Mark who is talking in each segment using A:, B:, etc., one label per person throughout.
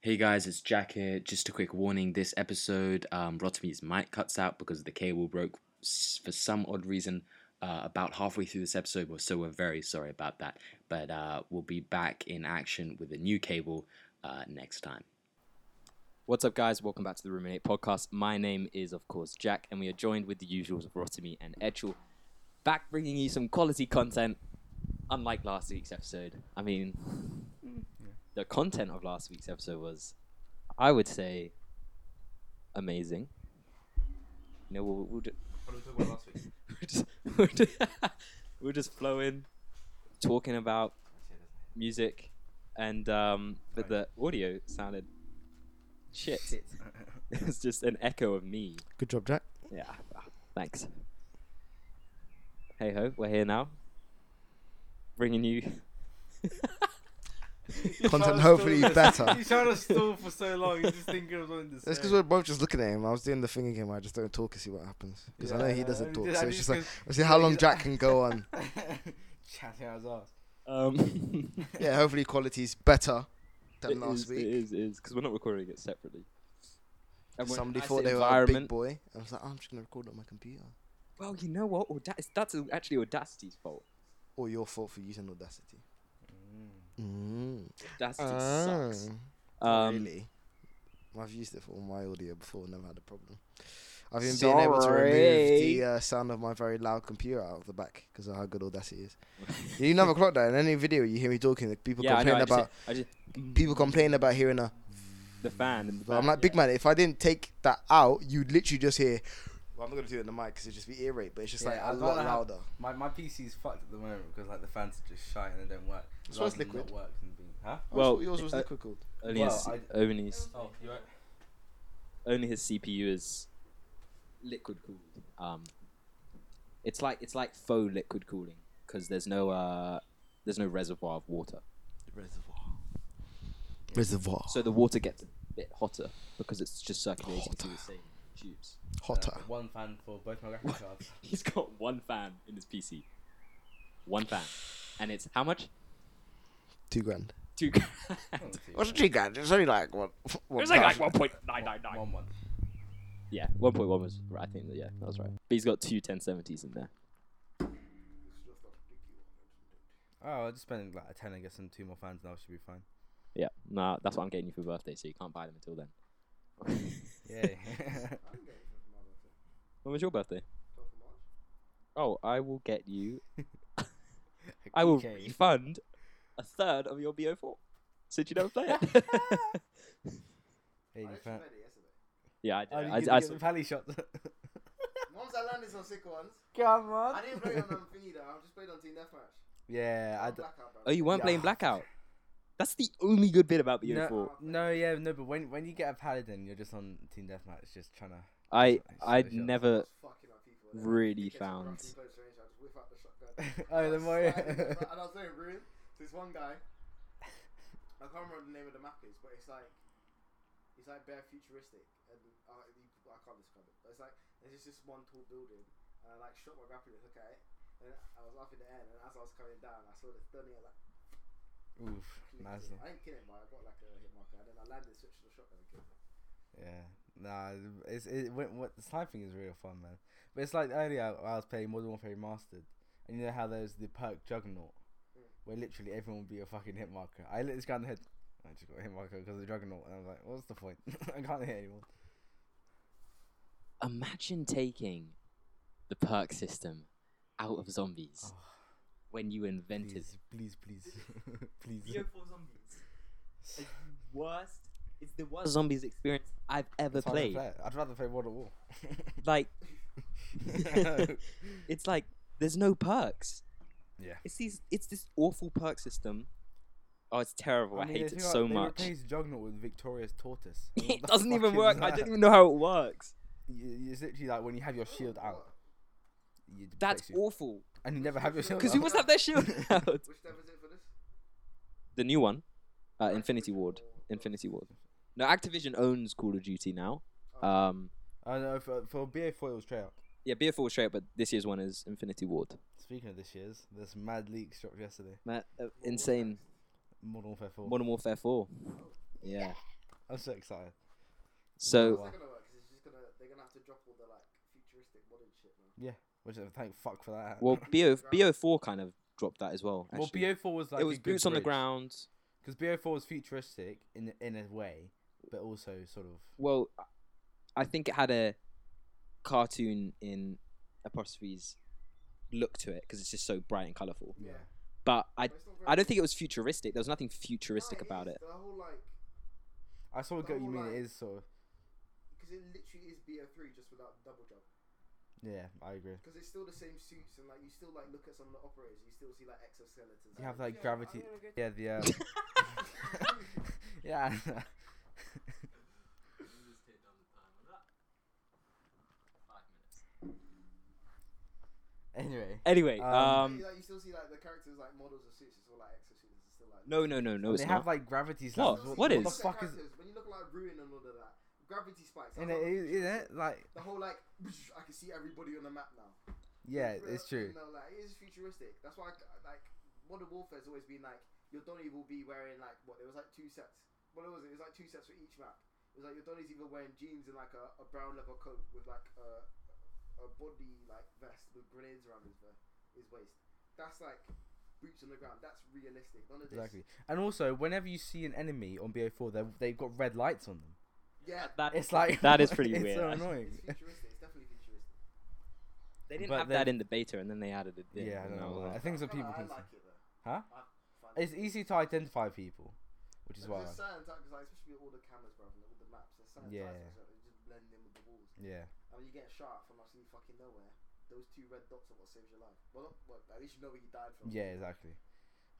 A: Hey guys, it's Jack here. Just a quick warning this episode, um, Rotmeat's mic cuts out because the cable broke s- for some odd reason uh, about halfway through this episode, Well, so we're very sorry about that. But uh, we'll be back in action with a new cable uh, next time. What's up, guys? Welcome back to the Ruminate podcast. My name is, of course, Jack, and we are joined with the usuals of Rotimi and Etchel, back bringing you some quality content, unlike last week's episode. I mean, the content of last week's episode was, I would say, amazing. You know, we'll, we'll, ju-
B: What did we talk about last week?
A: we'll just we'll just, we'll just flow in, talking about music, and um, but the audio sounded shit. It was just an echo of me.
C: Good job, Jack.
A: Yeah, thanks. Hey ho, we're here now, bringing you.
C: Content hopefully better.
B: He's trying to stall for so long. He's just thinking of something to say.
C: That's because we're both just looking at him. I was doing the thing again where I just don't talk and see what happens. Because I know he
B: Yeah,
C: doesn't
B: I
C: talk.
B: just-
C: So
B: I
C: it's just like,
B: just
C: let's see how long
B: he's-
C: Jack can go on.
B: chatting out his ass.
A: Um,
C: Yeah, hopefully quality's better than
A: It
C: last
A: is,
C: week.
A: It is, it is, because we're not recording it separately. And when
C: Somebody
A: I
C: thought
A: say
C: they were a big
A: environment-
C: boy. I was like, oh, I'm just going to record on my computer.
A: Well, you know what? Auda- it's- that's uh, actually Audacity's fault.
C: Or your fault for using Audacity. Mm.
A: Audacity Mm. sucks.
C: Ah,
A: Um,
C: really? I've used it for all my audio before, never had a problem. I've even been able to remove
A: Sorry.
C: the uh, sound of my very loud computer out of the back because of how good Audacity is. you never clocked that in any video. You hear me talking, like, people
A: yeah, I know.
C: complain
A: I just,
C: about
A: I just
C: people complain about hearing a.
A: the fan. And the
C: But I'm
A: fan,
C: like, big
A: yeah.
C: man, if I didn't take that out, you'd literally just hear. Well, I'm not gonna do it in the mic because it'd just be ear rape, but it's just
B: Yeah,
C: like a
B: I'd
C: lot
B: rather have-
C: louder.
B: My my PC's fucked at the moment because like the fans are just shy and they don't work.
C: So
B: Rather
C: it's
B: than
C: liquid.
B: Not work than being, huh?
C: Well,
A: Well,
C: yours was
A: uh,
C: liquid cooled.
A: Only,
B: Well,
A: his,
B: I-
A: only, his,
B: Oh, you right.
A: only his CPU is liquid cooled. Um, it's like it's like faux liquid cooling because there's no uh, there's no reservoir of water,
C: Reservoir. Reservoir.
A: so the water gets a bit hotter because it's just circulating through the
C: Hotter.
A: same tubes.
C: Hotter.
B: Uh, one fan for both my graphics cards.
A: He's got one fan in his PC. One fan. And it's how much?
C: Two grand.
A: Two
B: Oh,
A: grand.
B: two.
C: What's two grand? It's only like what?
A: It's like, like 1.999.
B: One one.
A: Yeah, 1.1 was, right, I think, that- yeah, that was right. But he's got two 1070s in there.
B: Oh, I just spent like a ten and get some two more fans now. Should be fine.
A: Yeah, nah, that's what I'm getting you for birthday, so you can't buy them until then.
B: Yay.
A: When was your birthday? Oh, I will get you, I will
B: Okay.
A: refund a third of your BO4 since you never play it.
B: Hey, you fan.
A: yeah, I did.
B: Oh, you
A: I,
B: get
A: I,
B: to get the pally shot.
C: Once I landed some sick ones,
B: Come on.
C: thingy though. um, I just played on Team Deathmatch.
B: Yeah, I. D-
A: oh, you weren't playing
B: Yeah.
A: Blackout? That's the only good bit about BO4.
B: No, no, yeah, no. But when when you get a paladin, you're just on team deathmatch, just trying to.
A: I, I
B: Sorry, sorry, shut up.
A: never
C: fucking up people.
A: really found.
B: oh, the more.
C: I was doing ruin. This one guy, I can't remember the name of the map is, but it's like, it's like bare futuristic, and uh, you, I can't describe it. But it's like there's just this one tall building, and I like shot my grappling hook at it, and I was up in the air, and as I was coming down, I saw this building. I like,
B: Oof,
C: clicked
B: nice.
C: it. I didn't kill him, but I got like a hit marker, and then I landed, switched to the shotgun, and killed him.
B: Yeah, nah, it's it. When, what the sniping is real fun, man. But it's like earlier I was playing Modern Warfare Remastered, and you know how there's the perk Juggernaut, where literally everyone would be a fucking hit marker. I lit this guy in the head. I just got a hit marker because of the Juggernaut, and I was like, what's the point? I can't hit anyone.
A: imagine taking the perk system out of zombies
B: Oh.
A: when you invented
B: Please, please, please, please.
A: BO4 zombies. It's the worst. It's the worst zombies experience I've ever
B: That's why I don't
A: played.
B: play it. I'd rather play World at War.
A: Like, it's like there's no perks.
B: Yeah.
A: It's these. It's this awful perk system. Oh, it's terrible. I,
B: mean,
A: hate
B: they
A: it
B: feel like
A: so
B: they
A: much.
B: replaced Juggernaut with Victorious Tortoise.
A: It
B: What the
A: doesn't
B: fuck
A: even
B: is
A: work. I
B: that?
A: don't even know how it works.
B: You- It's literally like when you have your shield out. you
A: That's
B: place you-
A: awful.
B: And you never have your shield
A: Because
B: out.
A: you must have their shield out.
C: Which dev is it for this?
A: the new one, uh, Infinity Ward. Infinity Ward. No, Activision owns Call of Duty now.
B: Oh.
A: Um,
B: I know, for, for BA4 it was Treyarch.
A: yeah, BF4 was straight, but this year's one is Infinity Ward.
B: Speaking of this year's, this mad leaks dropped yesterday.
A: Ma- uh, insane
B: Modern Warfare 4.
A: Modern Warfare 4. Yeah.
B: I'm so excited.
A: So
C: It's not gonna work 'cause it's just gonna they're gonna have to drop all the like futuristic modern shit now.
B: Which uh, thank fuck for that.
A: well, BO BO four kind of dropped that as well.
B: well,
A: Actually.
B: BO4 was like
A: it
B: a
A: was
B: good
A: boots on the
B: bridge.
A: ground.
B: Because BO4 was futuristic in in a way, but also sort of
A: Well, I think it had a cartoon in apostrophes look to it because it's just so bright and colorful.
B: yeah.
A: But I
C: But it's not very-
A: I don't think it was futuristic. There was nothing futuristic
C: No,
A: about
C: is.
A: it.
C: The whole like
B: I sort of
C: The
B: get what you
C: whole,
B: mean.
C: like-
B: It is sort of
C: because it literally is BO3 just without double jump.
B: yeah. I agree.
C: Because it's still the same suits and like you still like look at some of the operators, you still see like exoskeletons.
B: You have
C: and-
B: like gravity. Yeah, the um, yeah. anyway,
A: Anyway,
B: Um,
A: um,
C: like, you still see like the characters like models of suits, it's all like exosuits, it's still like.
A: no, no, no, no,
B: they
A: it's
B: have
A: not.
B: like gravity
A: What?
B: slabs.
A: What
B: what
C: you
A: is-
B: the
C: look at
B: fuck is?
C: characters, When you look at like ruin and all of that, gravity spikes.
B: In
C: I
B: it,
C: was
B: is it like
C: like, the whole like, I can see everybody on the map now.
B: yeah,
C: Like,
B: it's true.
C: real- You know, like it is futuristic. That's why like modern warfare's always been like your Donnie will be wearing like what? It was like two sets. What was it? It was like two sets for each map. It was like your Donnie's either wearing jeans and like a, a brown leather coat with like a, a body like vest with grenades around his ve- his waist. That's like boots on the ground. That's realistic. None of this.
B: Exactly. And also, whenever you see an enemy on BO4, they they've got red lights on them.
C: Yeah.
A: That-
B: It's like
A: That is pretty
B: it's
A: weird,
B: So
A: actually.
B: annoying.
C: It's futuristic. It's definitely futuristic.
A: they didn't
B: but
A: have
B: then-
A: that in the beta, and then they added it.
B: Yeah,
A: in, uh,
B: I
A: and
B: don't know.
A: was
B: why. I
A: like,
B: think some
C: Kinda-
B: people
C: I
B: can.
C: like it though.
B: Huh?
C: I find
B: It's easy to identify people, which is why. I
C: There's
B: like-
C: certain types, 'cause, like, especially with all the cameras, bro, and all the maps, there's certain
B: Yeah.
C: types that are just blend in with the walls.
B: Yeah.
C: And when you get shot from absolutely fucking nowhere, those two red dots are what saves your life. Well, not, well at least you know where you died from.
B: Yeah, exactly.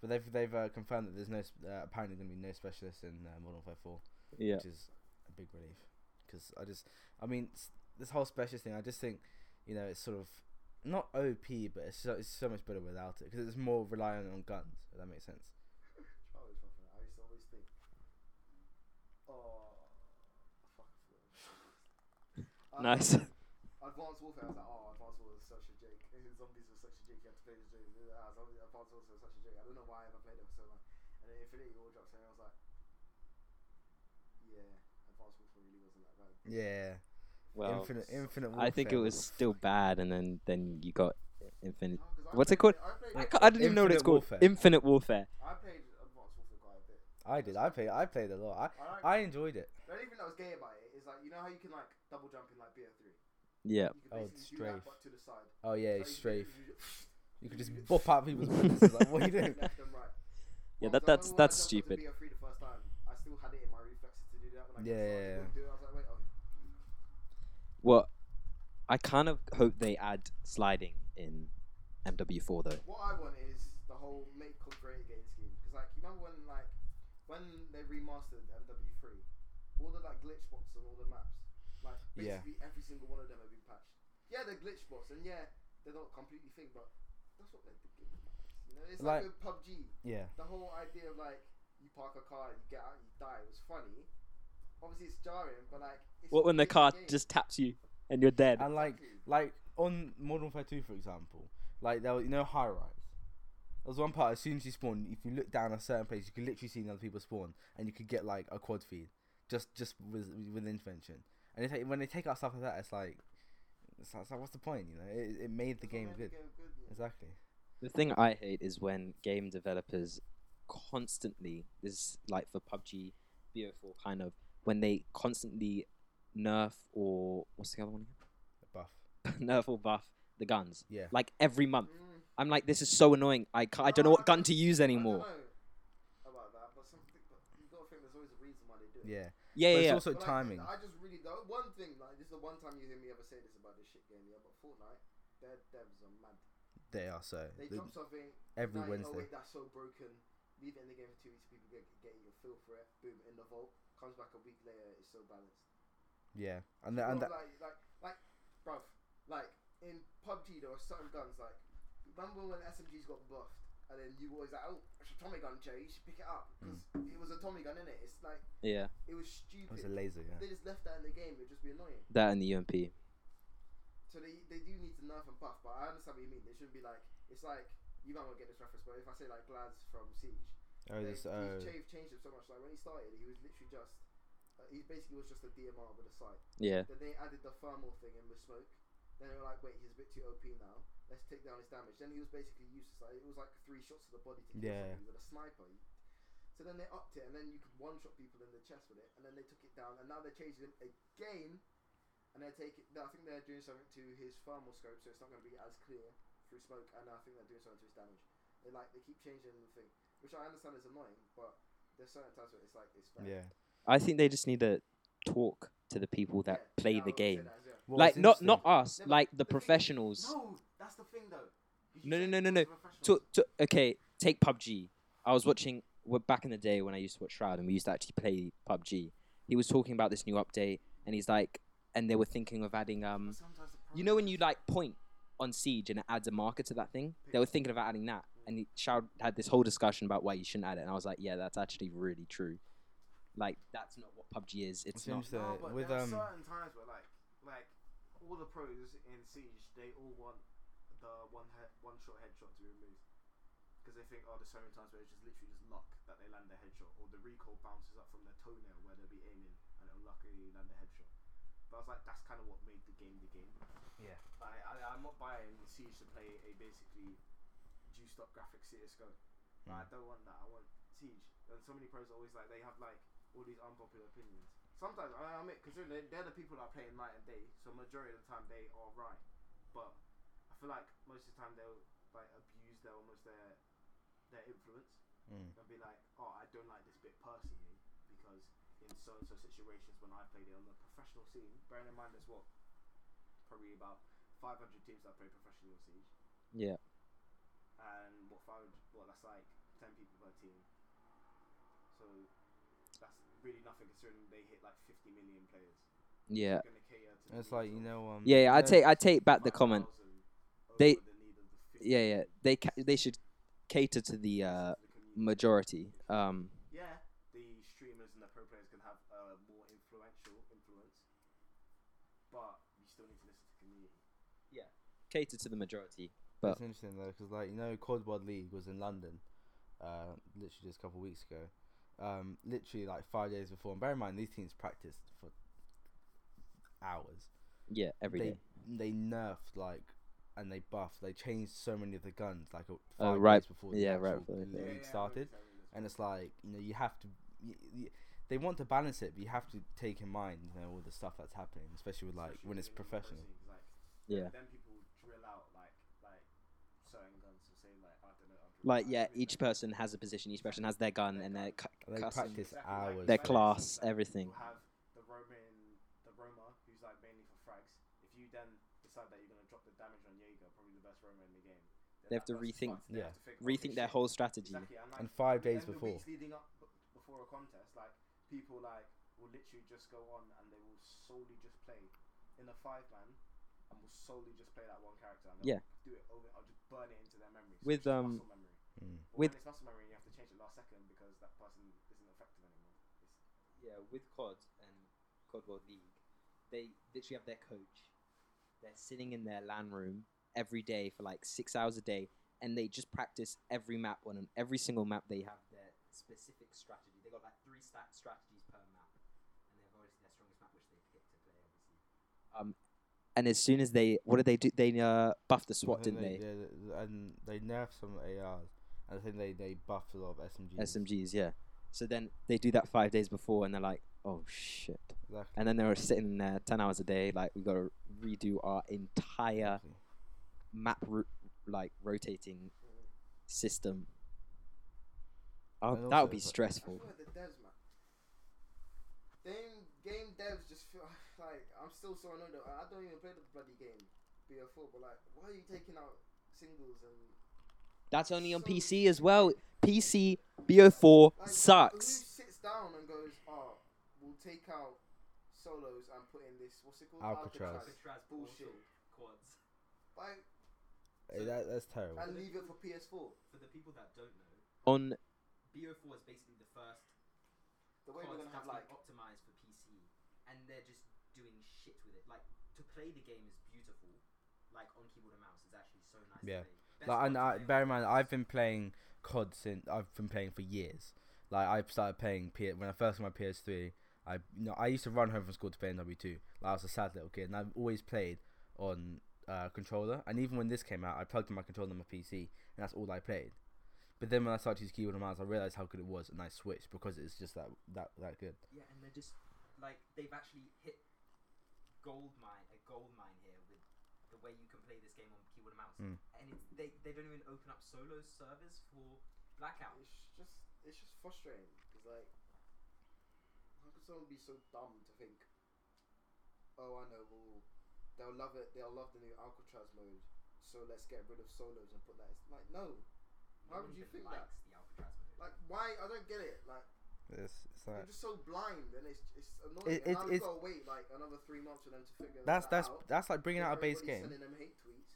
B: But they've they've uh, confirmed that there's no sp- uh, apparently going to be no specialists in uh, Modern Warfare 4,
A: yeah,
B: which is a big relief. Because I just, I mean, s- this whole specialist thing, I just think, you know, it's sort of not OP, but it's so, it's so much better without it because it's more reliant on guns. If that makes sense.
C: Charlie was fucking. I used to always think, oh, fuck. I forgot what it was. Um,
A: nice.
C: Advanced Warfare, I was like, oh, Advanced Warfare was such a joke. Zombies were such a joke. You had to play the joke. Uh, zombies- Advanced Warfare was such a joke. I don't know why I ever played it for so long. And then Infinity War dropped, and I was like, yeah, Advanced Warfare really wasn't that bad.
B: Yeah.
A: Well,
B: infinite, infinite.
A: I think it
B: Warfare.
A: was still bad, and then then you got infinite.
C: No, 'cause I
A: What's it
C: played
A: called?
C: I,
A: I,
C: played,
A: ca- I don't even know what it's
B: Infinite
A: called.
B: Warfare.
A: Infinite warfare.
C: I played Advanced Warfare quite a bit.
B: I did. I played. I played a lot.
C: I like,
B: I, I enjoyed it.
C: the only thing that was gay about it is like you know how you can like double jump in like BO3.
A: Yeah.
C: You can
B: Oh,
C: basically do that
B: strafe.
C: but to the side.
B: Oh yeah,
C: So you
B: strafe.
C: can-
B: You could
C: you
B: just
C: just-
B: bop out people's windows. like, what are you doing?
C: Left and right.
A: Yeah,
C: Well,
A: that-
C: so
A: that's-
C: when I
A: that's
C: jumped
A: stupid.
C: onto BO3 the first time, I still had it in my reflexes to do that when I
B: Yeah,
C: got
B: yeah,
C: started. I couldn't do it. I was like, wait, oh,
A: Well, I kind of hope they add sliding in MW4 though.
C: What I want is the whole make or great again scheme. Because like, you remember when like when they remastered MW3, all the like glitch spots on all the maps, like
B: Yeah.
C: basically every single one of them have been patched. Yeah, they're glitch spots, and yeah, they're not completely thing, but that's what they did. You know, it's like,
B: Like-
C: with PUBG.
B: Yeah.
C: The whole idea of like you park a car and you get out and you die was funny. Obviously, it's jarring, but like. It's
A: What when the
C: making
A: car
C: game.
A: just taps you and you're dead?
B: And like
C: Exactly.
B: like on Modern Warfare 2, for example, like there was you know high rise. There was one part as soon as you spawn, if you look down a certain place, you could literally see other people spawn, and you could get like a quad feed just just with with intervention. And they take, when they take out stuff like that, it's like it's like, it's like, what's the point? You know, it, it made the
C: That's what
B: game
C: made
B: good.
C: yeah.
B: Exactly.
A: The thing I hate is when game developers constantly this is like for PUBG, BO4 kind of when they constantly nerf or what's the other one?
B: Buff.
A: again? nerf or buff the guns.
B: Yeah.
A: Like every month.
C: Mm.
A: I'm like this is so annoying. I ca I don't know what gun to use anymore.
C: I don't know about that, but something. But you gotta think there's always a reason why they do it.
B: Yeah.
A: Yeah,
B: but
A: yeah.
B: it's
A: yeah.
B: also
C: But, like,
B: timing.
C: I just really the one thing like this is the one time you hear me ever say this about this shit game. Yeah, but Fortnite, their devs are mad.
B: They are so
C: They
B: the-
C: drop something
B: every
C: now you know,
B: Wednesday.
C: wait, that's so broken. Leave it in the game for two weeks. People get get your feel for it. Boom, in the vault. Comes back a week later. It's so balanced.
B: Yeah. And the, and that
C: Bro, like, like, like, bruv, like in PUBG there were certain guns like. Remember when SMGs got buffed, and then you were always like, "Oh, it's a Tommy gun, Jay. You should pick it up
B: Hmm.
C: because it was a Tommy gun, innit? It's like
A: yeah.
C: it was
B: it was oh, a
C: stupid.
B: laser.
C: If
B: Yeah.
C: They just left that in the game. It'd just be annoying.
A: That and the UMP.
C: So they they do need to nerf and buff, but I understand what you mean. They shouldn't be like it's like you might not get this reference, but if I say like Glads from Siege,
B: Oh,
C: they,
B: this. Oh.
C: Dave changed him so much. Like when he started, he was literally just Like, he basically was just a DMR with a sight.
D: Yeah.
C: Then they added the thermal thing in with smoke. Then they were like, wait, he's a bit too OP now. Let's take down his damage. Then he was basically useless. Like, it was like three shots to the body to kill
B: Yeah.
C: somebody with a sniper. So then they upped it, and then you could one shot people in the chest with it. And then they took it down, and now they're changing it again. And they're taking. I think they're doing something to his thermal scope, so it's not going to be as clear through smoke. And I think they're doing something to his damage. They like they keep changing the thing, which I understand is annoying, but there's certain times where it's like it's fair.
B: Yeah.
A: I think they just need to talk to the people that
C: Yeah,
A: play
C: no, I
A: the
C: would say
A: game.
C: that as well.
B: What
A: like
B: was
A: not
B: interesting-
A: not us,
C: No, but
A: like the
C: thing is-
A: professionals.
C: No, that's the thing though. You
A: No,
C: should
A: no, no,
C: talk
A: no,
C: to professionals.
A: to, to okay, take PUBG. I was watching well, back in the day when I used to watch Shroud and we used to actually play PUBG. He was talking about this new update and he's like, and they were thinking of adding um,
C: Sometimes the
A: you know when
C: problem
A: you like point on Siege and it adds a marker to that thing. They were thinking about adding that, and he- Shroud had this whole discussion about why you shouldn't add it, and I was like, yeah, that's actually really true. Like that's not what PUBG is. It's
B: It's
A: not.
B: interesting. So,
C: is- no, but
B: with, um,
C: there are certain times where like like all the pros in Siege they all want the one he- one shot headshot to be removed because they think oh there's so many times where it's just literally just luck that they land their headshot or the recoil bounces up from their toenail where they'll be aiming and it'll luckily land a headshot. But I was like that's kind of what made the game the game.
B: Yeah.
C: I, I I'm not buying Siege to play a basically juiced up graphics CS:GO. Like, I don't want that. I want Siege. And so many pros are always like they have like all these unpopular opinions. Sometimes I admit, considering they, they're the people that are playing night and day, so majority of the time they are right. But I feel like most of the time they'll like abuse their almost their their influence
B: Mm.
C: and be like, oh, I don't like this bit personally because in so and so situations when I played it on the professional scene, bearing in mind there's what probably about 500 teams that play professional Siege
A: Yeah.
C: and what found well that's like ten people per team. So that's really nothing considering they hit like fifty million players.
A: Yeah.
C: They're gonna cater to
B: And It's
C: the
B: like you
C: needs of
B: know um.
A: Yeah. yeah I
B: no,
A: take I take back the comment.
C: 5,000 over
A: They-
C: the need of the 50
A: yeah, yeah.
C: million
A: They ca- they should cater to the uh,
C: to the community.
A: majority. Um,
C: yeah, the streamers and the pro players can have a more influential influence, but you still need to listen to the community.
A: cater to the majority.
B: It's
A: But
B: interesting though, because like you know, Quad World League was in London, uh, literally just a couple of weeks ago. Um, literally like five days before. And bear in mind, these teams practiced for hours.
A: yeah, every
B: they
A: day.
B: they nerfed like, and they buffed. They changed so many of the guns like uh,
A: Oh,
B: five
A: right.
B: days before
A: Yeah,
B: the
A: right
B: actual
A: before the
B: league
A: thing.
C: Yeah, yeah, I know
B: started.
C: what you're saying,
B: And it's like you know you have to. You, you, they want to balance it, but you have to take in mind you know all the stuff that's happening, especially with like
C: especially
B: when it's
C: in the pro
B: professional.
C: scenes, like,
A: Yeah.
C: Then people drill out like like certain guns and say like I don't know. I'll drill
A: Like
C: out
A: yeah,
C: everything.
A: each person has a position. Each person has their gun and their cu-
B: They
A: custom,
B: practice
C: Exactly, like
B: hours.
A: their
C: Spanish
A: class,
C: is like,
A: everything.
C: You have the Roman, the Roma, who's like mainly for frags. If you then decide that you're gonna drop the damage on Jaeger, probably the best Roma in the game. then
A: They have
C: that
A: to
C: person's
A: rethink-
C: fucked. They
B: Yeah.
C: have to think, okay,
A: Rethink their
C: shit.
A: whole strategy.
C: Exactly, and, like,
B: And five
C: the-
B: days
C: and the
B: before.
C: weeks leading up b- before a contest, like people like will literally just go on and they will solely just play in a five man and will solely just play that one character. And they'll
A: Yeah.
C: Do it over. I'll just burn it into their memories.
A: With, um,
C: muscle memory.
B: Mm.
C: But
A: with-
C: when it's muscle memory, you have to change it last second because that person isn't effective anymore. It's,
A: Yeah, with COD and COD World League, they literally have their coach. They're sitting in their LAN room every day for like six hours a day, and they just practice every map. On and every single map, they have their specific strategy. They got like three stat strategies per map, and they have obviously their strongest map, which they pick to play, obviously. Um, and as soon as they, what did they do? They uh, buffed the SWAT,
B: I think
A: didn't they?
B: Yeah, th- th- and they nerfed some ARs, and I think they they buffed a lot of SMGs.
A: SMGs, yeah. So then they do that five days before, and they're like, "Oh shit."
B: Exactly.
A: and then they were sitting there 10 hours a day like we got to redo our entire
B: exactly.
A: map ro- like rotating
C: Mm.
A: system oh,
B: And
A: that
B: also
A: would be
B: it's like-
C: I feel
A: stressful
C: like the devs, man. Game game devs just feel like I'm still so annoyed. that I don't even play the bloody game BO4, but like, why are you taking out singles and
A: that's only on
C: So-
A: pc as well pc bo4
C: like,
A: sucks
C: Who sits down and goes, oh, we'll take out solos and put in this what's it called
B: Alcatraz.
C: bullshit.
A: quads
C: Like,
B: Hey, eh, that, that's terrible.
C: and leave it for PS4.
A: for the people that don't know on bo4 is basically the first
C: The way we're gonna have like
A: optimized for PC, and they're just doing shit with it. Like to play the game is beautiful, like on keyboard and mouse. It's actually so nice.
B: Yeah.
A: to play.
B: Like, and I, bear in mind, I've been playing COD since I've been playing for years. Like I started playing P- when I first got my PS3. I you know I used to run home from school to play MW two. Like, I was a sad little kid, and I've always played on uh, controller. And even when this came out, I plugged in my controller on my PC, and that's all I played. But then when I started to use keyboard and mouse, I realized how good it was, and I switched because it's just that that that good.
A: Yeah, and they're just like they've actually hit gold mine a gold mine here with the way you can play this game on keyboard and mouse.
B: Mm.
A: And it's, they they don't even open up solo servers for Blackout.
C: It's just it's just frustrating. It's like how could someone be so dumb to think? Oh, I know. Well, they'll love it. They'll love the new Alcatraz mode. So let's get rid of solos and put that. As, like no, Why
A: No one
C: would you
A: even
C: think that?
A: likes The Alcatraz mode.
C: like why? I don't get it. Like
B: It's, it's
C: they're
B: like
C: just so blind, and it's it's annoying.
B: It-
C: and
B: it-
C: now we've
B: it's-
C: got to wait like another three months for them to figure
B: that's
C: that
B: that's
C: out.
B: that's like bringing out a base
C: Everybody's
B: game.
C: Sending them hate tweets.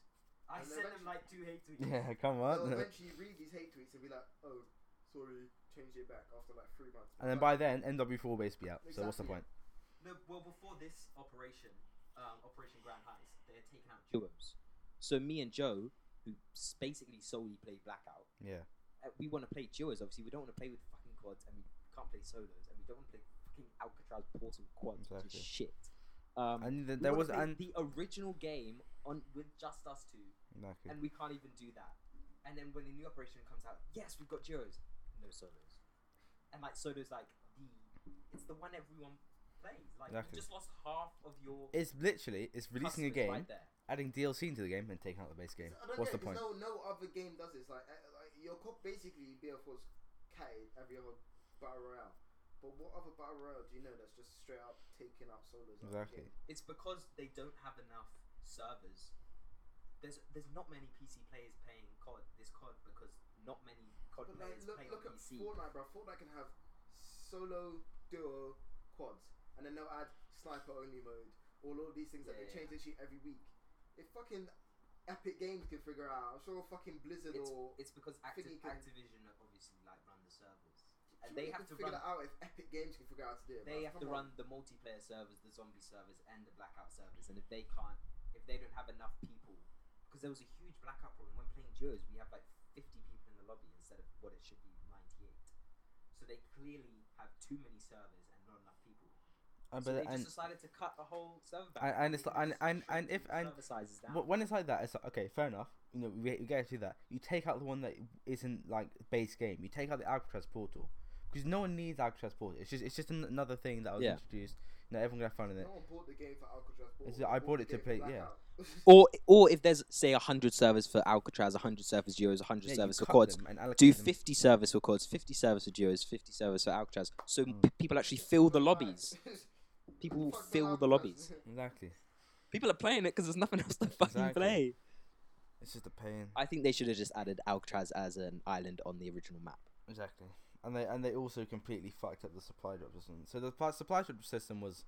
A: I
C: and
A: sent
C: eventually-
A: them like two hate tweets.
B: Yeah, come
C: They'll
B: on.
C: eventually read these hate tweets and be like, oh, sorry, change it back after like three months.
B: And then by then, MW4 will basically be out. So what's the
C: Exactly.
B: point?
A: No, well, before this operation, um, Operation Grand Heist, they had taken out duos. So me and Joe, who s- basically solely played Blackout,
B: Yeah.
A: uh, we want to play duos. Obviously, we don't want to play with fucking quads, and we can't play solos, and we don't want to play fucking Alcatraz Portal quads, which is
B: Exactly.
A: shit. Um,
B: And
A: we
B: th- there
A: wanna
B: was
A: play
B: and
A: the original game on with just us two,
B: exactly.
A: and we can't even do that. And then when the new operation comes out, yes, we've got duos, no solos, and like solos, like the it's the one everyone plays. Like
B: Exactly.
A: you just lost half of your
B: It's literally it's releasing a
A: customers
B: game,
A: right there.
B: adding DLC into the game, and taking out the base game.
C: I don't
B: What's
C: get
B: the
C: it, 'cause
B: point?
C: No, no other game does this. Like, uh, like your cop basically BF4's cat in every other battle royale. But what other battle royale do you know that's just straight up taking out solos? out of the
B: Exactly.
C: game?
A: It's because they don't have enough servers. There's there's not many PC players playing COD this COD because not many COD
C: But like,
A: players
C: look,
A: play
C: look
A: on
C: at
A: PC.
C: Fortnite, bro. Fortnite can have solo, duo, quads, and then they'll add sniper only mode, or all these things that
A: Yeah,
C: they
A: yeah.
C: change literally every week. If fucking Epic Games can figure out, I'm sure fucking Blizzard
A: It's,
C: or
A: it's because Activ-
C: thingy can-
A: Activision obviously like run the servers.
C: Surely
A: And they have to
C: can figure
A: run.
C: that out if Epic Games can figure out how to do it.
A: They
C: bruv.
A: have to
C: Come on.
A: run the multiplayer servers, the zombie servers, and the blackout servers. And if they can't, if they don't have enough people, because there was a huge blackout problem when playing duos, we have like 50 people in the lobby instead of what it should be 98. So they clearly have too many servers and not enough people.
B: And
A: so
B: Uh, but
A: they
B: and
A: just decided to cut the whole server back.
B: And- and
A: They
B: it's like-
A: can
B: and-
A: just
B: and-
A: shrink
B: and if-
A: the
B: and-
A: server sizes down.
B: wh- when it's like that, it's like, okay, fair enough. You know, we, we get to do that. You take out the one that isn't like base game. You take out the Alcatraz portal because no one needs Alcatraz portal. It's just it's just an- another thing that was
A: Yeah.
B: introduced. You know, everyone can have fun in it.
C: No one bought the game for Alcatraz. Ball.
B: so I bought
C: the
B: it to
C: game for
B: play- yeah.
C: Blackout.
A: or or if there's say 100 servers for Alcatraz, 100 servers duos, 100
B: Yeah, you
A: servers for
B: cut
A: quads,
B: them and allocate
A: do
B: them.
A: 50 servers for quads, 50 servers for duos, 50 servers for Alcatraz. So
D: Hmm.
A: p- people actually fill the lobbies. People will
C: Fuck the
A: fill the
C: Alcatraz.
A: lobbies.
B: Exactly.
A: People are playing it because there's nothing else to fucking
B: Exactly.
A: play.
B: It's just a pain.
A: I think they should have just added Alcatraz as an island on the original map.
B: Exactly. And they and they also completely fucked up the supply drop system. So the pli- supply drop system was,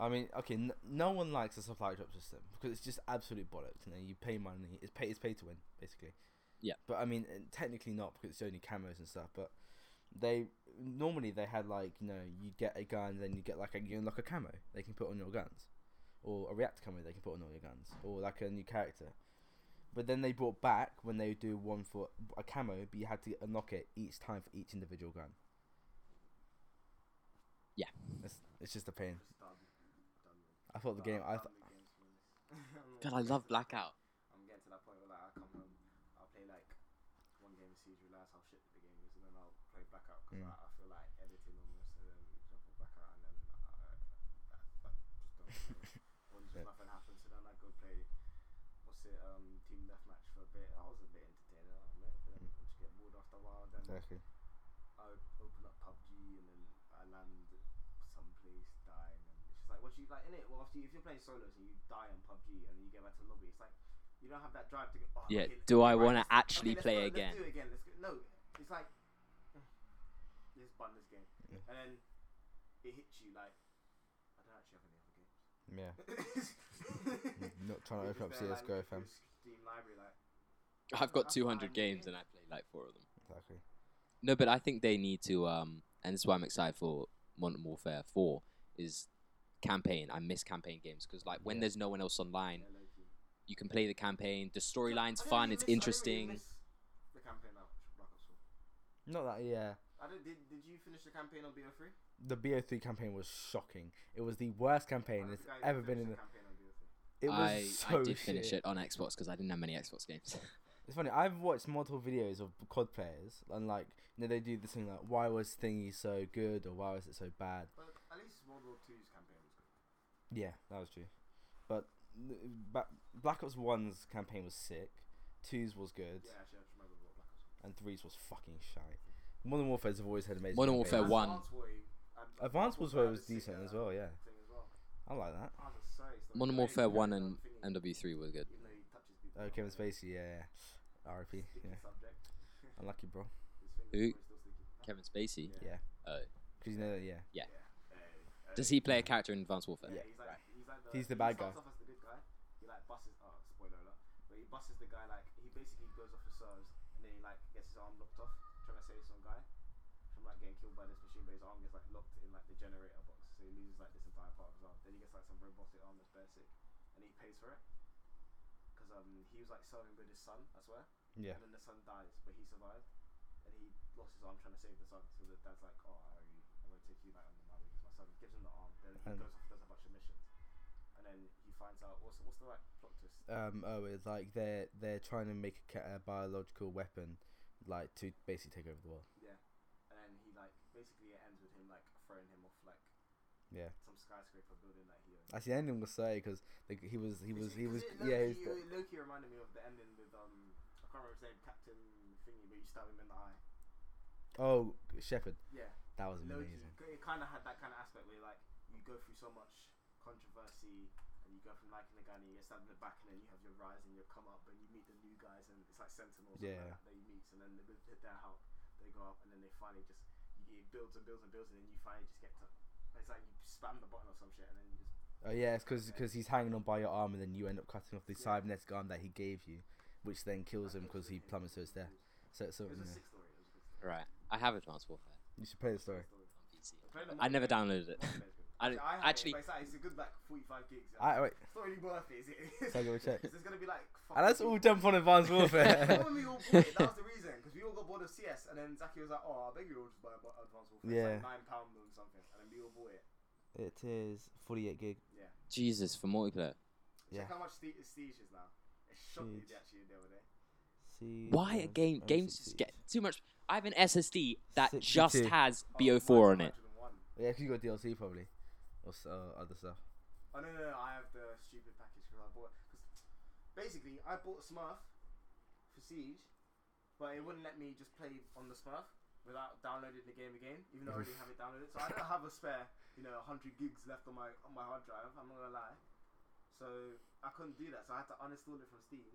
B: I mean, okay, n- no one likes the supply drop system because it's just absolute bollocks. And then you pay money. It's pay it's pay to win basically.
A: Yeah.
B: But I mean, uh, technically not because it's only camos and stuff. But they normally they had like you know you get a gun then you get like a you unlock a camo they can put on your guns, or a react camo they can put on all your guns, or like a new character. But then they brought back when they would do one for a camo, but you had to unlock it each time for each individual gun.
A: Yeah.
B: it's, it's just a pain.
C: Just dumb. Dumb.
B: I thought the game. I th-
D: God, I love Blackout.
C: I'm getting to that point where like I come home, I'll play like one game of Siege, realize how shit the game is, and then I'll play Blackout because
B: Mm.
C: I, I feel like editing almost, and then jump on Blackout, and then I, I, I, I just don't. Or just
B: Yeah.
C: nothing happens, so then I go play. What's it? Um, Team Deathmatch for a bit. I was a bit entertaining, I'll admit,
B: Mm.
C: but then I just get bored after a while. Then
B: exactly.
C: I would open up PUBG and then I land someplace, die, and then it's just like, what you like in it? Well, after you, if you're playing solos and you die on PUBG and then you get back to the lobby, it's like you don't have that drive to go. Oh,
D: Yeah,
C: okay,
D: do I
C: right,
D: wanna
C: let's-
D: actually
C: let's
D: play
C: go- let's
D: again?
C: do it again. Let's go. No, it's like let's bun this game,
B: Yeah.
C: and then it hits you like I don't actually have any other games.
B: Yeah,
C: You're
B: not trying to Mm-hmm. open
C: just
B: up
C: there, like,
B: CS:GO,
C: looking through
B: fam.
C: Steam library, like
D: I've got
C: That's
D: 200
C: fine.
D: games and I play like four of them.
B: Exactly.
D: No, but I think they need to, um, and this is why I'm excited for Modern Warfare 4 is campaign. I miss campaign games because like when
B: Yeah.
D: there's no one else online,
C: yeah, low-key.
D: you can play the campaign. The
C: I
D: storyline's
C: don't
D: fun.
C: really
D: It's
C: miss- I don't really
D: interesting.
C: miss The campaign now, which is Black Ops 4.
B: Not that. Yeah,
C: I don't, did, did you finish the campaign on BO3?
B: The BO3 campaign was shocking. It was the worst
C: I
B: campaign
C: don't
B: that's
C: think I even
B: ever been
C: finished
B: in. The,
C: the campaign on BO3.
B: it was
A: I,
B: so
A: I did finish
B: shit.
A: it on Xbox because I didn't have many Xbox games.
B: It's funny. I've watched multiple videos of COD players, and like, you know, they do this thing like, "Why was thingy so good?" or "Why was it so bad?"
C: But at least World War II's campaign was good.
B: Yeah, that was true. But n- Ba- Black Ops One's campaign was sick. Two's was good,
C: Yeah, actually, I just remember what Black Ops was.
B: and three's was fucking shite. Modern Warfare's have always had amazing.
A: Modern
B: campaigns.
A: Warfare
C: Advanced
A: 1.
C: Warfare,
B: Advanced
C: um, Advanced
B: Warfare was
C: Warfare
B: decent
C: is,
B: as
C: uh,
B: well. Yeah,
C: thing as well.
B: I like that.
C: Oh, that's so- it's like
A: Modern
C: Blade
A: Warfare 1
C: Runner
A: and,
C: Infinity,
A: and W3 were good.
C: even though he touches people,
B: Oh,
C: like,
B: Kevin
C: uh,
B: Spacey, yeah, yeah. R.I.P.
C: sticky
B: Yeah,
C: subject.
B: unlucky, bro.
C: His fingers
A: Who?
C: were still sticky.
A: Kevin Spacey.
B: Yeah,
C: Yeah.
A: Oh.
B: because you know that. Yeah,
C: Hey, hey.
A: Does he play a character in Advanced Warfare?
C: Yeah, he's like, he's like the,
B: He's the
C: he
B: bad guy.
C: starts off as the good guy. He like busts. Oh, spoiler alert! But he busts the guy like he basically goes off his serves and then he like gets his arm knocked off trying to save some guy from like getting killed by this machine. But his arm gets like locked in like the generator box, so he loses like this entire part of his arm. Then he gets like some robotic arm that's bare sick, and he pays for it because um he was like serving with his son, I swear.
B: yeah.
C: And then the son dies, but he survived, and he lost his arm trying to save the son. So the dad's like, "Oh, I owe you. I'm gonna take you back under my wing." 'cause My son gives him the arm. Then he
B: And-
C: goes off, does a bunch of missions, and then he finds out what's what's the like plot twist.
B: um, oh, it's like they're they're trying to make a, ca- a biological weapon, like to basically take over the world.
C: Yeah, and then he like basically it ends with him like throwing him off like
B: Yeah.
C: some skyscraper building that he owns.
B: Actually, the ending was say because he was he
C: It's-
B: was he
C: it's-
B: was
C: it
B: yeah he
C: low-key-
B: was,
C: it low-key reminded me of the ending with um I can't remember his name Captain Thingy, but you stab him in the eye.
B: oh Shepard
C: Yeah.
B: that was
C: Loki,
B: amazing.
C: it kind of had that kind of aspect where like you go through so much controversy and you go from liking the guy and you get stabbed in the back and then you have your rise and you come up and you meet the new guys and it's like sentinels and all
B: Yeah.
C: that that you meet and then they go- hit their help they go up and then they finally just you, it builds and builds and builds and then you finally just get to it's like you spam the button or some shit and then you just
B: Oh yeah, it's because he's hanging on by your arm and then you end up cutting off the
C: Yeah.
B: cybernetic arm that he gave you, which then kills him
C: like,
B: because he
C: hits
B: plummets to
C: him.
B: his death. So, so
C: it was a
B: yeah.
C: sick story it was a good story
A: Right. I have Advanced Warfare
B: you should play the story.
C: Story.
A: on PC.
C: I'm playing the
A: I never
C: multiplayer.
A: downloaded it.
C: Multiplayer's good.
A: I
C: Actually, have it,
A: actually
C: but it's, like, it's a good like 45 gigs yeah.
B: I wait,
C: it's not really worth it is it
B: So I go check.
C: it's gonna be like
B: and let's
C: fucking-
B: all jump on Advanced
C: Remember
B: Warfare.
C: when we all bought it, that was the reason, because we all got bored of CS, and then Zaki was like, "Oh, I bet you all just buy Advanced Warfare,
B: Yeah.
C: it's like nine pound or something," and then we all bought it.
B: it is forty-eight gig.
A: Jesus for multiplayer.
B: Yeah.
C: Check how much Ste- Siege is now. It shocked me
B: Siege.
C: actually the other day.
A: Why a game games just get too much I have an SSD that just
B: 62.
A: has
C: Oh,
A: BO4 on it.
C: mine's 101.
B: Yeah, 'cause you got DLC probably, or s- uh, other stuff.
C: Oh no, no, no, I have the stupid package because I bought. Cause basically, I bought Smurf for Siege, but it wouldn't let me just play on the Smurf without downloading the game again, even though I already have it downloaded. So I don't have a spare, you know, 100 gigs left on my on my hard drive. I'm not gonna lie. So I couldn't do that. So I had to uninstall it from Steam,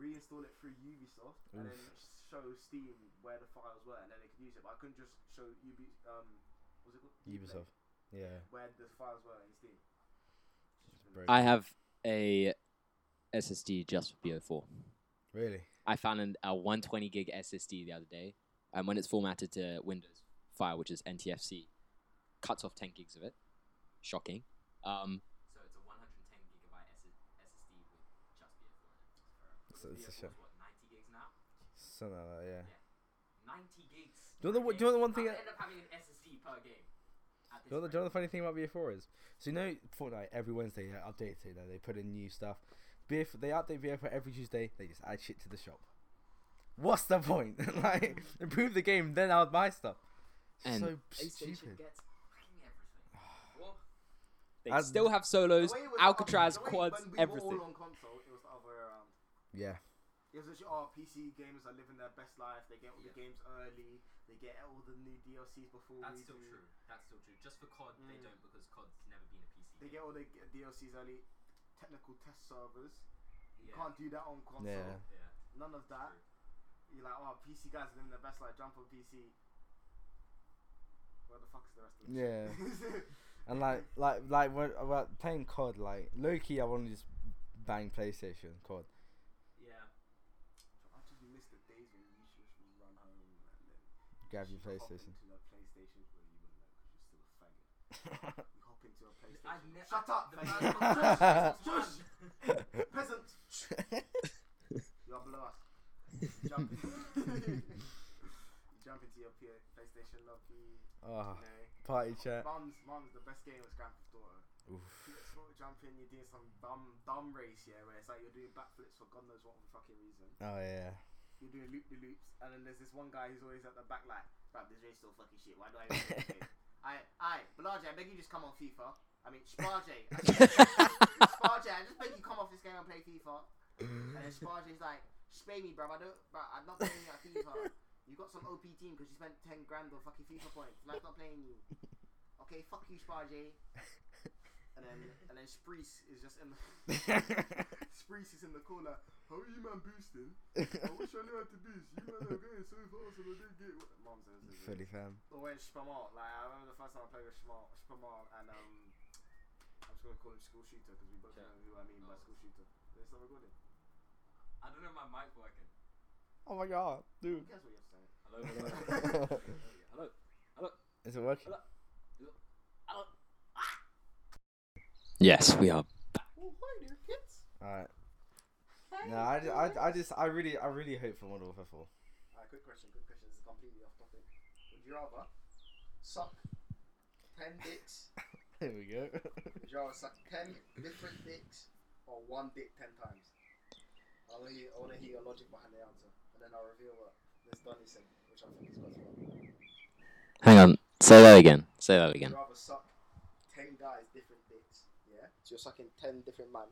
C: reinstall it through Ubisoft, and then show Steam where the files were, and then they could use it. But I couldn't just show Ubi um, what was it called?
B: Ubisoft. Yeah.
C: where the files were in Steam.
B: Bro.
A: I have a SSD just for BO4.
B: Really?
A: I found an, a 120 gig SSD the other day, and when it's formatted to Windows file, which is NTFC, cuts off 10 gigs of it. Shocking. Um, so it's a 110 gigabyte SSD with just BF4.
B: So it's a shame.
A: What, 90 gigs now?
B: Something like that, yeah.
A: 90 gigs.
B: Do you know the- do you know the one thing I-
A: end up having an SSD per game. at
B: Do you, know the,
A: this
B: do you
A: rate.
B: know the funny thing about BF4 is? So you know Fortnite every Wednesday they update it, you know, they put in new stuff. BF they update BF4 every Tuesday, they just add shit to the shop. What's the point? like improve the game, then I'll buy stuff.
A: And
B: so
A: PlayStation
B: stupid.
A: gets fucking everything. Well,
B: I-
A: They still have solos,
C: The way it was-
A: Alcatraz,
C: the way
A: quads,
C: when we
A: everything.
C: Were all on console, it was the other way around.
B: Yeah.
C: It was actually, oh, PC gamers are living their best life. They get all the games early. They get all the new DLCs before we
E: That's still
C: do.
E: true. That's still true. Just for COD, they
C: Mm.
E: don't because COD's never been a PC.
C: They get all the g- DLCs early. Technical test servers. You
E: Yeah.
C: can't do that on console.
B: Yeah.
E: Yeah.
C: None of that. You're like, oh, PC guys are living their best life. Jump on PC. Where the fuck is the rest of the
B: Yeah.
C: shit?
B: And like like like when about playing COD, like low key I wanna just bang PlayStation COD.
E: Yeah.
C: I just miss the days when you used to just run home and then
B: Grab your
C: hop
B: PlayStation.
C: into the PlayStation. Well, you wouldn't know 'cause you're still a faggot. You hop into a PlayStation.
E: I've ne-
C: Shut up!
E: The
C: man.
E: first
B: Xbox
C: Shush!
E: One.
C: Peasant! You are below us. Jump in. you jump into your P- PlayStation Generation Love Beat.
B: Oh,
C: You know.
B: party chat.
C: Mum's Mum's the best game was Grand Theft Auto.
B: Oof.
C: You just sort of jump in, you're doing some dumb dumb race here, where it's like you're doing backflips for God knows what fucking reason.
B: Oh yeah.
C: You're doing loop the loops, and then there's this one guy who's always at the back like, "Bruh, this race is so fucking shit. Why do I?" Even play this game?" I I Blage, I beg you just come on FIFA. I mean Sparge. I Sparge, I just beg you come off this game and play FIFA. And then Sparge is like, "Spay me, bruv. I don't, bruh, I'm not playing you at FIFA. You got some OP team because you spent ten grand on fucking FIFA points, and I'm not playing you. Okay, fuck you, Sparge." And then and then Spreece is just in. The Spreece is in the corner. How are you man boosting? I wish I knew how to boost. You man are going so fast and I didn't get what Mom says. this is it.
B: Fully fam.
C: Or when Spamart, like I remember the first time I played with Spamart, Spamart and um, I'm just gonna call him School Shooter because we both
E: Yeah.
C: know who I mean by
E: Oh.
C: School Shooter. It's not recording.
E: I don't know if my mic working.
B: Oh my god, dude.
C: Who cares what you have to say?
E: Hello. Hello. hello.
B: Is it working?
D: Yes, we are.
C: Well, Oh, hi there, kids.
B: Alright. No, I, ju- I, I just I really I really hope for Modern Warfare 4.
C: Alright, quick question. Quick question. This is completely off topic. Would you rather suck ten dicks?
B: There we go.
C: Would you rather suck ten different dicks or one dick ten times? I want to hear, I want to hear your logic behind the answer, and then I'll reveal what this Donny said, which I think is quite smart.
D: Hang on. Say that again. Say that again.
C: You'd rather suck ten guys different dicks, yeah? So you're sucking ten different men,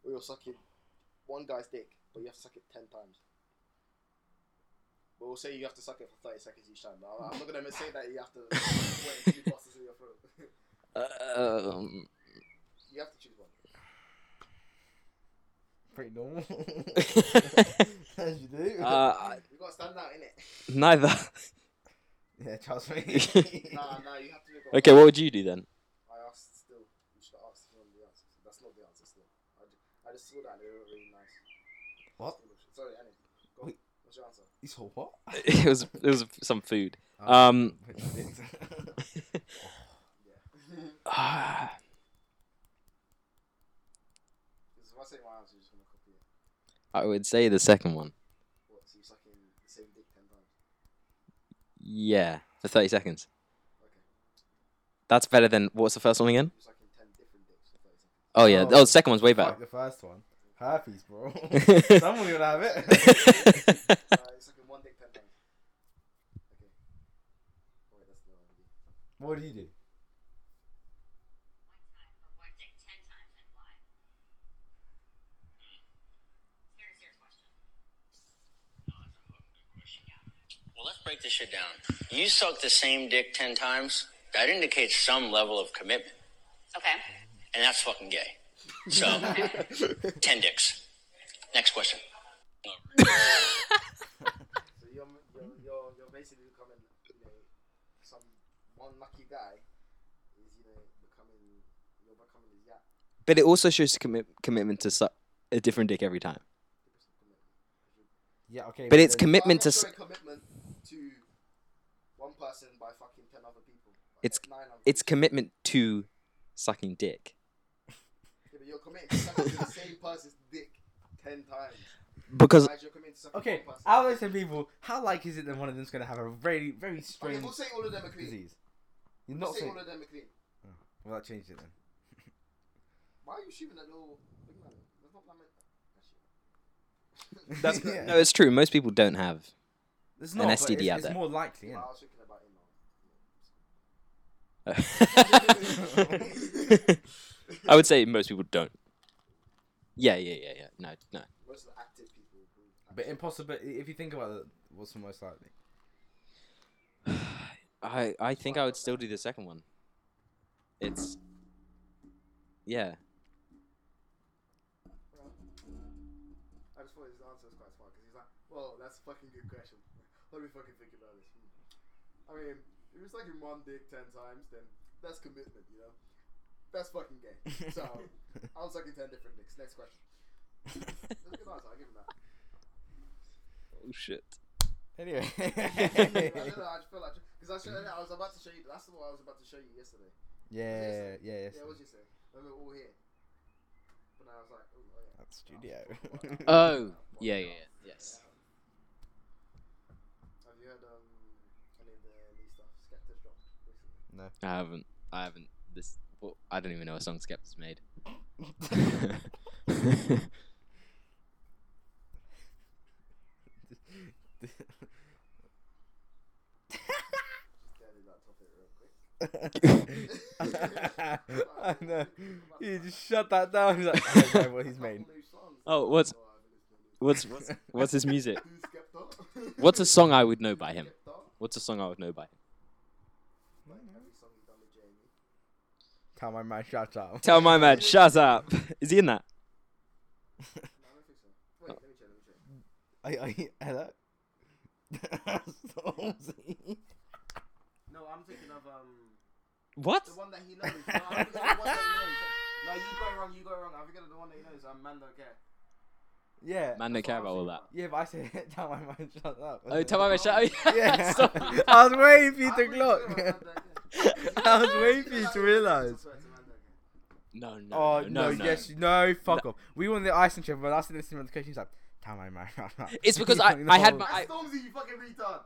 C: or you're sucking one guy's dick, but you have to suck it ten times. But we'll say you have to suck it for thirty seconds each time. Now, I'm not gonna say that you have to wait until you bust this in your throat.
D: Um,
C: you have to choose one.
B: Pretty normal. As you do.
D: uh,
C: You gotta stand out in it.
D: neither.
B: yeah, trust me.
C: Nah, nah, you have to. Go
D: Okay, what would you do then?
C: I asked still. You should have asked if you wanted the answer. That's not the answer still. I just, I just saw that and they were really nice.
B: What?
C: Sorry, Annie. Go. on.
B: Wait.
C: What's your answer?
B: you saw what?
D: It was it was some food.
B: Oh,
D: Um.
B: put your dicks.
C: Yeah.
D: Ah.
C: Because if I say my answer, you're just gonna copy it.
D: I would say the second one.
C: What? So you're sucking the same dick ten times?
D: Yeah, for thirty seconds.
C: Okay.
D: That's better than what's the first one again?
C: You're sucking ten different dicks for thirty seconds.
D: Oh yeah.
B: Oh.
D: Oh, the second one's way better.
B: Fuck the first one. Herpes, bro. Someone gonna have it.
D: I
C: Uh, you're sucking one dick ten times. Okay. Oh, wait, that's the wrong idea.
B: what do you do?
F: Well, let's break this shit down. You suck the same dick 10 times. That indicates some level of commitment,
G: Okay.
F: and that's fucking gay. So, 10 dicks. Next question.
C: So you're you're
D: Hmm?
C: you're, you're basically becoming you know some one lucky guy is you know becoming you're becoming his yak.
D: But it also shows commit, commitment to suck a different dick every time.
B: Yeah, okay.
D: But it's
B: then-
D: commitment to.
C: Well, I'm
D: s-
C: not showing commitment to one person by fucking ten other people. Like,
D: It's-
C: nine other
D: It's
C: people.
D: commitment to sucking dick.
C: Yeah, but you're committing to sucking to the same person's dick ten times.
D: Because
C: Whereas you're committing to sucking
B: Okay,
C: one person.
B: out of those 10 people, how likely is it that one of them's gonna have a very, very
C: Okay,
B: strange
C: we'll say all of them are clean.
B: disease? You're
C: We'll
B: not
C: say
B: saying.
C: all of them are clean.
B: Well, that changed it then.
C: Why are you shooting at all? Look at that. There's not that many.
D: that's
B: Yeah.
D: no, it's true. Most people don't have.
B: There's
D: An
B: not, but
D: STD
B: it's,
D: out
B: it's
D: there.
B: more likely.
C: Yeah.
B: Yeah.
C: I was thinking about Imran.
D: uh, I would say most people don't. Yeah, yeah, yeah, yeah. No, no.
C: Most of the active people. Who
B: But impossible. If you think about it, what's the most likely?
D: I I think I would still do the second one. It's yeah.
C: I just thought his answer was quite smart because he's like, "Well, that's a fucking good question. Let me fucking think about this." Hmm. I mean, if it's like in one dick ten times, then that's commitment, you know. That's fucking gay. So I was sucking ten different dicks. Next question. That's a good answer. I'll give him that.
D: Oh shit.
B: Anyway.
C: I don't know. I just feel like because I, showed- I was about to show you. That's what I was about to show you yesterday.
B: yeah, yeah, yeah.
C: Yeah, what was yesterday? When we were all here. But I was like, oh, oh, yeah.
B: That studio.
D: Oh yeah, yeah, yeah. yes.
C: Have you heard um, any of the new
B: No.
D: I haven't. I haven't. This. Well, I don't even know a song Skepta's made.
C: Just get into that topic real quick.
B: I know. You just shut that down. He's like, I don't know what he's made.
C: Couple new songs.
D: Oh, what's-
C: Oh, I haven't listened to
D: what's what's what's his music?
C: new- Who's Skepta?
D: What's a song I would know by him?
C: Skepta?
D: What's a song I would know by him?
C: Like
B: Mm-hmm.
C: every song he's done with Jamie.
B: Tell my man, shut up.
D: Tell my man, shut up. Is he in that?
C: No, I don't think so. Wait, let me check, let me check.
B: Are, you- are you, hello? Stormzy.
C: No, I'm thinking of um
D: What?
C: the one that he knows. No, I'm thinking of the one that he knows. No, you got it wrong, you got it wrong. I'm thinking of the one that he knows, um, Man Don't Care.
B: Yeah.
D: Man, don't care about all that.
B: Yeah, but I said, tell my man, shut up.
D: Oh, tell my man, shut up.
B: Yeah.
D: Stop.
B: I was waiting for you
C: I'm
B: to
C: really good
B: clock.
C: at Man Don't Care.
B: I was waiting for you
C: Yeah,
B: to
C: yeah,
B: realise.
C: yeah, yeah, yeah, yeah.
D: No, no,
B: Oh
D: no, no,
B: no, yes, no, fuck off. We won the ice and chip, but I said this in the question. He's like, "Tell my man, shut up."
D: It's because
B: You
D: I-
B: fucking
D: I had
B: know.
D: my- I-
C: That's Stormzy, you fucking retard.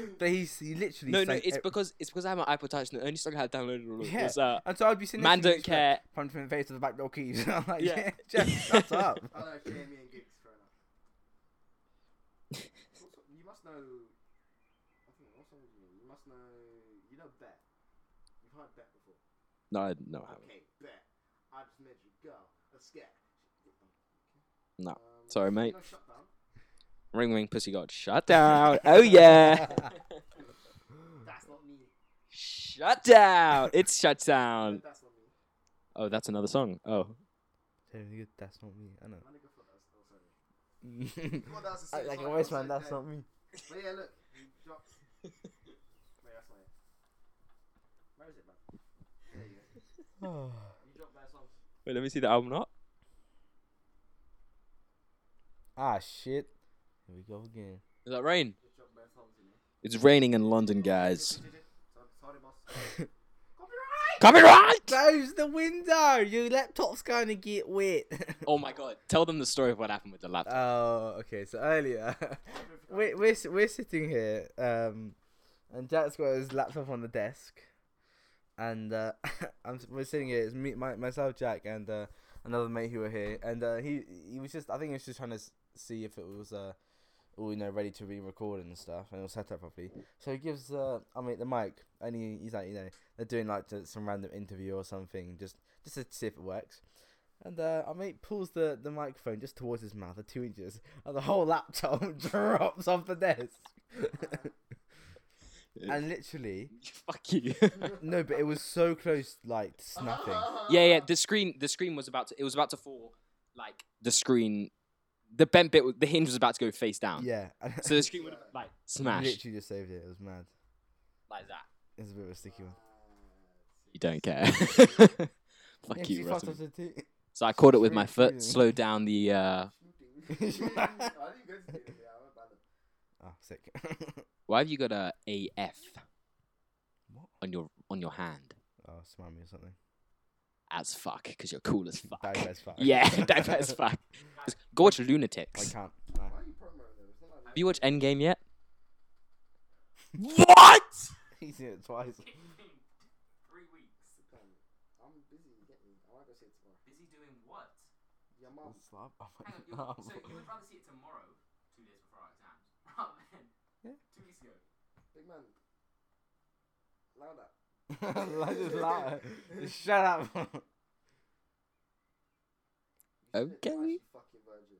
B: I- but he's he literally.
D: no, no.
B: sang
D: It's
B: ev-
D: because it's because I have an iPod Touch, and the only song I had downloaded
B: Yeah.
D: was uh,
B: And so I'd be sitting.
D: Man
B: next to you,
D: Don't
B: he's like,
D: Care.
B: Punch him in the face with the back door keys. I'm like,
D: Yeah.
B: yeah, Jeff, shut up.
C: I know Jamie and Gigs, fair enough. What song- you must know. I think what song do you know? You must know. You know Bet. You've heard Bet before.
D: No, I, no, I haven't.
C: Okay, Bet. I just made you go. Let's get.
D: No.
C: Um,
D: Sorry, mate.
C: No shutdown.
D: Ring ring pussy god, shut down. Oh yeah.
B: Hmm.
C: That's not me.
D: shut down. It's shut down.
C: That's not me.
D: Oh, that's another song. Oh.
B: That's not me. I
C: My nigga thought that was. Oh, sorry.
B: know.
C: Thought that was the
B: I,
C: same
B: like
C: song
B: a waste
C: I
B: man.
C: said
B: That's
C: then.
B: not me.
C: But yeah, look, he dropped. Wait, that's not it. Where is it, man? There you go. You dropped that song.
D: Wait, let me see the album art.
B: ah shit. Here we go again.
D: Is that rain?
C: You dropped that song, you know.
D: It's raining in London, guys.
C: Sorry, sorry, boss.
D: Copyright!
B: Close the window. Your laptop's gonna get wet.
D: Oh my god. Tell them the story of what happened with the laptop.
B: Oh, okay. So earlier, we're, we're s- we're sitting here, um, and Jack's got his laptop on the desk, and uh, I'm s- we're sitting here. It's me, my, myself, Jack, and uh, another mate who were here, and uh, he he was just I think he was just trying to s- see if it was uh, all you know ready to be recorded and stuff, and it was set up properly. So he gives uh, I mean the mic, and he, he's like you know they're doing like t- some random interview or something, just just to see if it works. And uh, our mate pulls the, the microphone just towards his mouth, at two inches, and the whole laptop drops off the desk. and literally,
D: Fuck you.
B: no, but it was so close, like to snapping.
D: yeah, yeah. The screen, the screen was about to. It was about to fall. Like the screen, the bent bit, the hinge was about to go face down.
B: Yeah, and
D: So the screen would have like smashed
B: literally just saved it. It was mad.
D: like that.
B: It was a bit of a sticky
C: uh,
B: one.
D: You don't care.
B: Yeah,
D: Fuck
B: 'cause
D: you,
B: he fucked
D: Rotten.
B: up the two-
D: So I caught it with my foot,
B: Shooting.
D: slowed down the. uh
C: Shooting. I didn't go to the yeah, I went by the
B: Ah, sick.
D: Why have you got a AF
B: What?
D: on your on your hand?
B: oh, smile me or something.
D: As fuck, because you're cool as fuck.
B: Dive as fuck.
D: Yeah, dive as fuck. Go watch
B: I
D: Lunatics.
B: can't. Nah.
C: Why are you promoting them? It's not like
D: Have you watched Endgame yet? what?
B: He's seen it twice.
E: Three weeks.
C: I'm busy getting I wanna go see it tomorrow.
E: Busy doing what?
C: Your mum.
B: Slap Oh on my
E: Hang on,
D: Oh
E: you're,
B: arm.
E: so you would rather see it tomorrow, two days before our exams, rather than
B: Yeah.
E: two weeks ago.
C: Big man. Louder.
B: I just laugh. Shut up.
C: You said it
D: Okay.
C: twice, you fucking virgin.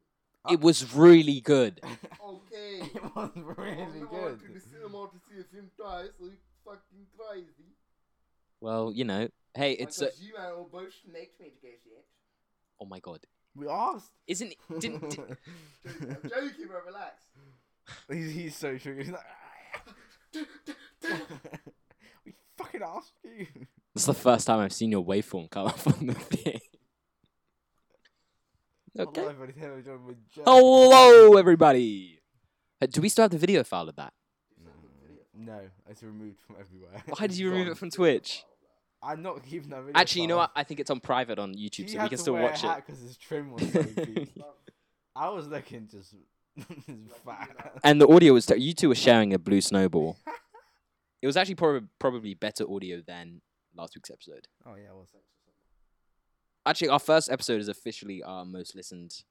D: It was really good.
C: Okay.
B: it was
C: I've
B: really
C: never
B: good.
C: went to the cinema to see a film twice, so you fucking crazy.
D: Well, you know, hey, it's a.
C: Because you and I will both snaked me to go see it.
D: Oh my god,
B: We asked.
D: isn't didn't di-
C: Joking, I'm joking, bro, relax.
B: he's, he's so true. He's like, we fucking asked you.
D: This is the first time I've seen your waveform come up on the thing.
B: Hello,
D: Okay. Oh,
B: everybody. Hello, John. We're Jack.
D: Hello, everybody. Uh, Do we still have the video file of that?
B: No, it's removed from everywhere.
D: Why did you remove it
B: Gone.
D: from Twitch?
B: I'm not keeping that video.
D: Actually, you know
B: file.
D: what? I think it's on private on
B: He
D: YouTube, so we
B: had to
D: can still
B: wear
D: watch
B: a
D: it.
B: hat 'cause his trim was so big. I was looking just, just fat.
D: And the audio was. Ter- you two were sharing a blue snowball. It It was actually prob- probably better audio than last week's episode.
B: Oh yeah, it was.
D: Actually, our first episode is officially our most listened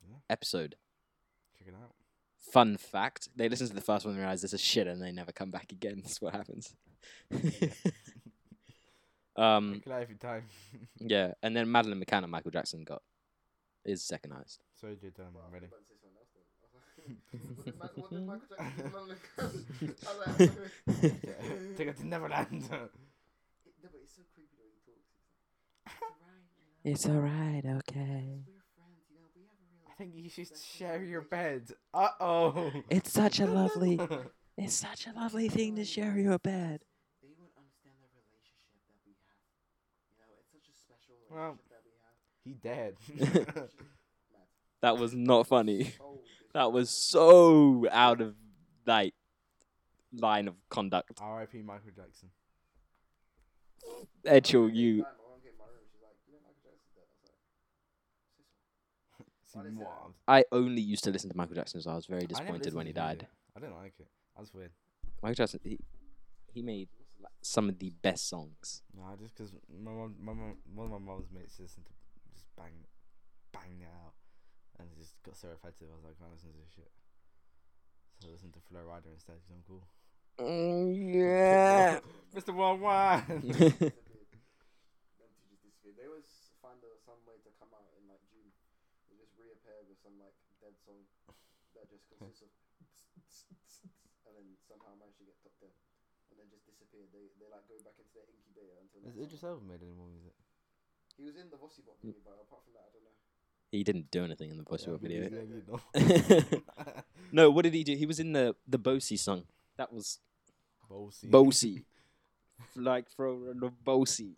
B: Yeah.
D: episode.
B: Check it out.
D: Fun fact: They listen to the first one and realize this is shit, and they never come back again. That's what happens. um,
B: Check it out every time.
D: yeah, and then Madeline McCann and Michael Jackson got is second highest.
B: Sorry, Joe, Dunn,
C: Well, I
B: I'm
C: was
B: ready.
C: about to say something else then. What did Michael- what did Michael Jackson do to Madeline? I was like,
B: Yeah. Take it to Neverland.
C: It- No, but it's so creepy the way he talks. It's like, "It's alright, you know,
D: It's alright, okay.
C: we're friends, you know, we have a real
B: I think you should
C: That's a
B: share your bed.
C: combination.
B: Uh oh.
D: It's such a lovely,
B: That's
D: it's such a lovely thing to share your bed.
C: They won't understand the relationship that we have. You know, it's such a special
B: Well,
C: relationship that we have.
B: He dead.
C: It's just mad.
D: That was not funny.
B: Oh.
C: So good.
D: That was so out of like line of conduct.
B: R.I.P. Michael Jackson.
D: Ed,
C: I remember
D: you.
C: at the time, my mom came in my room, she's like, "You know Michael Jackson's dead." I was like, "Say
B: See,
C: so." What is that?
B: wild.
D: I only used to listen to Michael Jackson, so I was very
B: I never
D: disappointed when he
B: listened to his
D: died.
B: music. I didn't like it. That's weird.
D: Michael Jackson, he, he made like, some of the best songs.
B: Nah, just because my mom, my mom, one of my mom's mates listened to just bang, bang it out, and it just got so repetitive. I was like, I can't listen to this shit. So I listened to Flow Rider instead 'cause I'm cool. Mm, Mr. Worldwide.
C: It's a bit- them two just disappeared. They always find a, some way to come out in like June. They just reappear with some like dead song that just consists of and then somehow manage to get top ten, and then just disappear. They they like go back into their incubator until.
B: Has
C: next
B: Idris
C: summer.
B: Elba made any more music?
C: He was in the Vossi Bot movie, but apart from that, I don't know.
D: he didn't do anything in the voice
B: Yeah,
D: World
B: but
D: video.
B: he's
C: video.
B: like, you know.
D: No, what did he do? He was in the the Bosey song. That was
B: Bosey.
D: Bosey. like from the Bosey.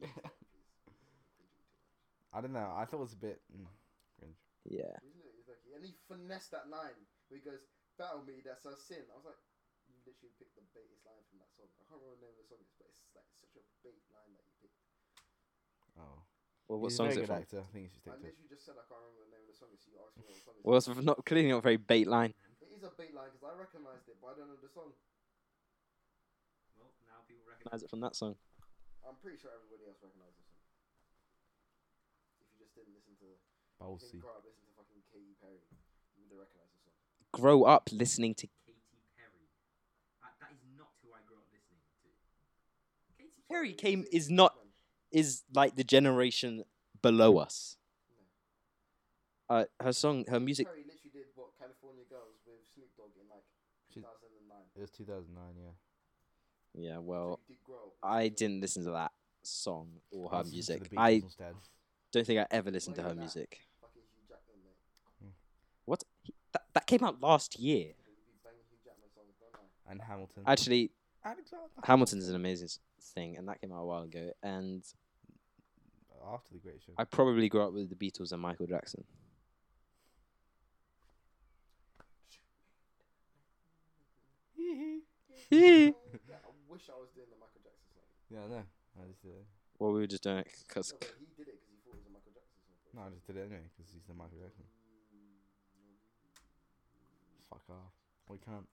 B: I don't know. I thought it was a bit. Mm, cringe.
D: Yeah.
C: Isn't it? He's like, and he finessed that nine. Where he goes, "Battle me, that's our sin." I was like, you literally picked the baitest line from that song. I can't remember the name of the song is, but it's like such a bait line that you picked.
B: Oh.
D: Well, what
B: he's
D: song's
B: a very
D: it
B: good actor.
D: from?
B: I think you should
C: I
B: stick to it.
C: literally just said I can't remember the name of the song, so you asked me what the song is.
D: Well, it's not clearly not very bait line.
C: it is a beat line because I recognised it, but I don't know the song.
A: Well, now people recognise
D: Recognize it from that song.
C: I'm pretty sure everybody else recognises the song. If you just didn't listen to, if you
B: Bosey.
C: didn't grow up listening to fucking Katy Perry, you would have recognised the song.
D: Grow up listening to.
A: Katy Perry. That, that is not who I grew up listening to. Katy Perry.
D: Perry came is not is like the generation below us. Uh, her song, her music.
C: Katy Perry literally did what California Girls with Snoop Dogg in like
B: She's-
C: 2009.
B: It was 2009, yeah.
D: Yeah,
C: So
D: well,
C: you did grow up
D: I
C: listening to
D: didn't listen to that song or
B: I
D: her
B: listened to the
D: music.
B: Beatles
D: I
B: instead.
D: don't think I ever listened to
C: Look
D: her
C: at that.
D: music.
C: fucking Hugh Jackman, mate.
D: What? He- That, that came out last year.
C: I would be banging Hugh Jackman songs, don't I?
B: and Hamilton.
D: Actually,
B: Alexander.
D: Hamilton's an amazing s- thing, and that came out a while ago. And
B: After the Great Show.
D: I probably grew up with the Beatles and Michael Jackson.
C: yeah,
D: Hee.
C: I wish I was doing the Michael Jackson song.
B: yeah, I know. I just did it.
D: Well, we were just doing it because
C: No, but he did it because he thought it was a Michael Jackson song.
B: No, I just did it anyway because he's the Michael Jackson. Fuck off. We can't.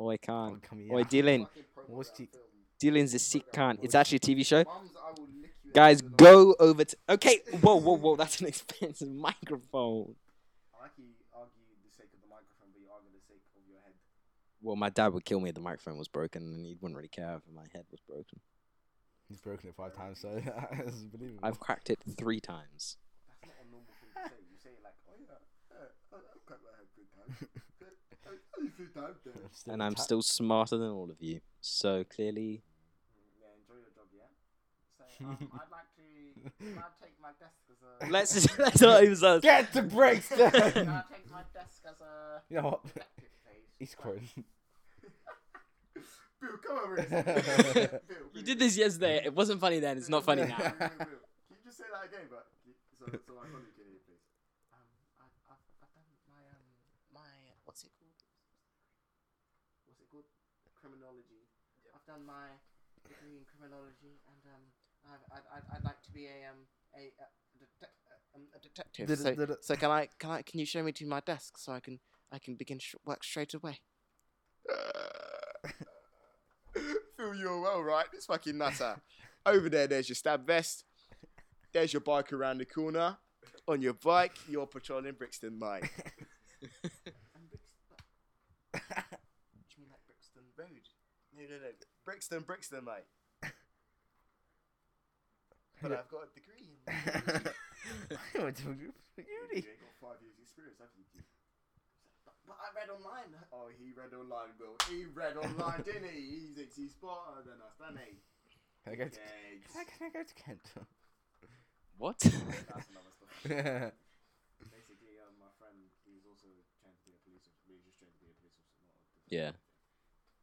D: oh, I can't.
B: come
D: Oi, Dylan,
B: What's the-
D: Dylan's a sick cunt. It's actually a TV show.
C: Mums, I will lick you in
D: Eh? Guys,
C: the
D: go over to. Okay, whoa, whoa, whoa. That's an expensive microphone.
C: I like you argue the sake of the microphone, but you argue the sake of your head.
D: Well, my dad would kill me if the microphone was broken, and he wouldn't really care if my head was broken.
B: He's broken it five times, so it's believable.
D: I've cracked it three times.
C: That's not a normal thing to say. You say it like, oh yeah, yeah, I I cut my head good time. I I good time there.
B: I'm still
D: and I'm
B: atta-
D: still smarter than all of you. So clearly,
C: Yeah, enjoy your job, yeah. So um, I'd like to. Can I take my desk as a?
D: let's just, let's not even start-
B: Get the brakes
C: Can I
B: down!
C: take my desk as a?
B: you know what?
C: Detective, please.
B: He's crying.
C: Bill, come over here. Bill, Bill,
D: You did this yesterday. It wasn't funny then. It's not funny now.
C: Bill, Bill, Bill. Can you just say that again, but so, so my colleague can hear, please. Um, I, I've, I've done my um my what's it called? What's it called? Criminology. I've done my degree in criminology, and um, I've, I'd, I'd, I'd like to be a um a, a, detec- uh, um, a
B: Did
C: detective.
B: it-
C: So,
B: did it-
C: so can I can I can you show me to my desk so I can I can begin sh- work straight away?
G: Phil, you're well, right? This fucking nutter. Over there, there's your stab vest. There's your bike around the corner. On your bike, you're patrolling Brixton, Mike.
C: And Brixton. Do you mean like Brixton Road?
G: No, no, no. Brixton, Brixton, mate. But I've got a degree in
B: I went to a group for
C: You
B: uni.
C: ain't got five years experience, have you? Keith? But, but I read online. Oh, he read online, Will. He read online, didn't he? He thinks he's smarter than us, doesn't he?
B: Can I go to,
C: Gags.
B: can I, can I go to Kent?
D: What?
C: That's another story.
B: That's
C: Basically, um, my friend, he's also trying to be a police officer. He's just trying to be a police officer. Not a defense
D: Yeah.
C: officer.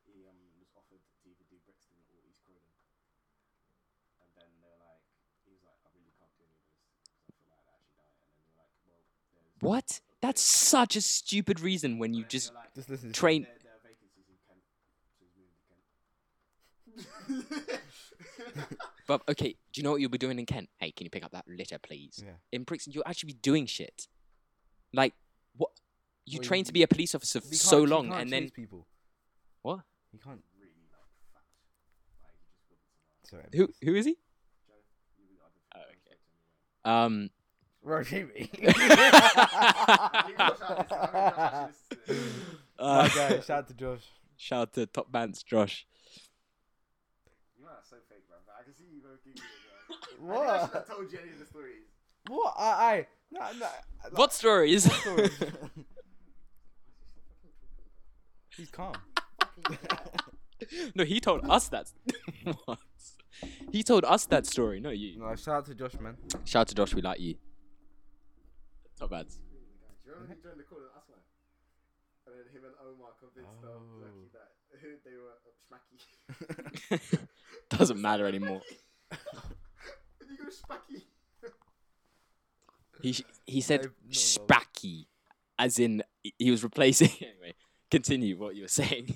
C: He um, was offered to either do Brixton or East Croydon. And then they were like, he was like, I really can't do any of this because I feel like I'd actually die. And then they were like, well, there's.
D: What? That's such a stupid reason when
C: And
D: you
C: then they
D: just
C: were like,
B: Just listen to
D: train.
C: There, there are vacancies in Kent, so he's moving to Kent.
D: But okay, do you know what you'll be doing in Kent? Hey, can you pick up that litter, please?
B: Yeah.
D: In Brixton, you'll actually be doing shit. Like what? You
B: Well, you-
D: train to be a police officer for
B: You
D: so
B: can't- you
D: long,
B: can't
D: and then
B: choose people.
D: What?
B: You can't.
C: really like fat,
B: Sorry.
C: like he just wouldn't survive.
D: who? Who is he?
C: Joe, you would either.
D: Oh,
C: Anyway.
D: okay. Um.
B: Rory.
C: I didn't watch out this, I haven't watched this today.
B: My
D: uh,
B: guy, shout out to Josh.
D: shout out to Top Man's Josh.
C: You are so fake, bro. I can see you both giggling. bro. I should have
B: What?
C: told you any of the stories.
B: What? I. I no, no, like-
D: What stories?
B: Sorry. He's calm.
D: no, he told us that. what? He told us that story. No, you.
B: No, shout out to Josh, man.
D: Shout out to Josh. We like you. Top Man's.
C: Do you remember when he joined the call? That's why. And then him and Omar convinced oh.
B: Oh.
C: Lucky that they were uh, smacky.
D: Doesn't matter anymore.
C: you go smacky.
D: He sh- he said
B: No, not involved.
D: spacky, as in he- he was replacing. anyway, continue what you were saying.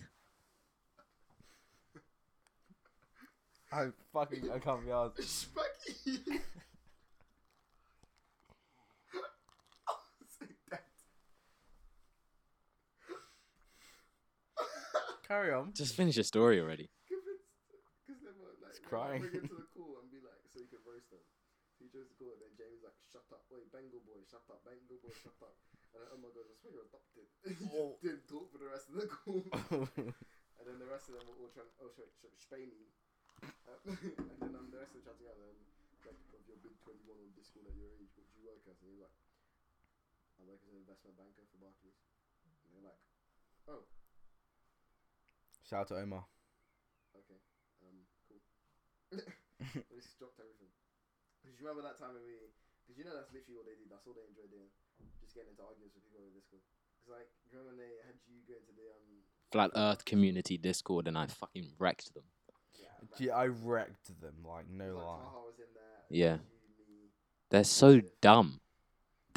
B: I fucking. I can't be asked.
C: Smacky. Oh, so dead.
B: Carry on.
D: Just finish your story already.
C: Because they were like, they might
B: crying.
C: bring him to the call and be like, so you can roast them. So he joins the call and then Jamie's like, shut up, wait, Bengal boy, shut up, Bengal boy, shut up. And then, oh my god, I swear you're adopted. he just didn't talk for the rest of the call. and then the rest of them were all trying, oh, sorry, sorry Spainy. Um, and then um, the rest of them chatting out them, like, of your big 21 on Discord at your age, what do you work as? And he's like, I work as an investment banker for Barclays. And they're like, oh,
B: Shout out to Omar.
C: Okay. Um. Cool. I just dropped everything. Because you remember that time when we? Because you know that's literally what they did. That's all they enjoyed doing. Just getting into arguments with people in Discord. Because like, you remember when they had you go into the um.
D: Flat Earth Community Discord, and I fucking wrecked them.
C: Yeah.
B: Gee, I wrecked them. Like
C: like,
B: no
C: like,
B: lie.
C: Taha was in there.
D: Yeah.
C: You, me.
D: They're so dumb.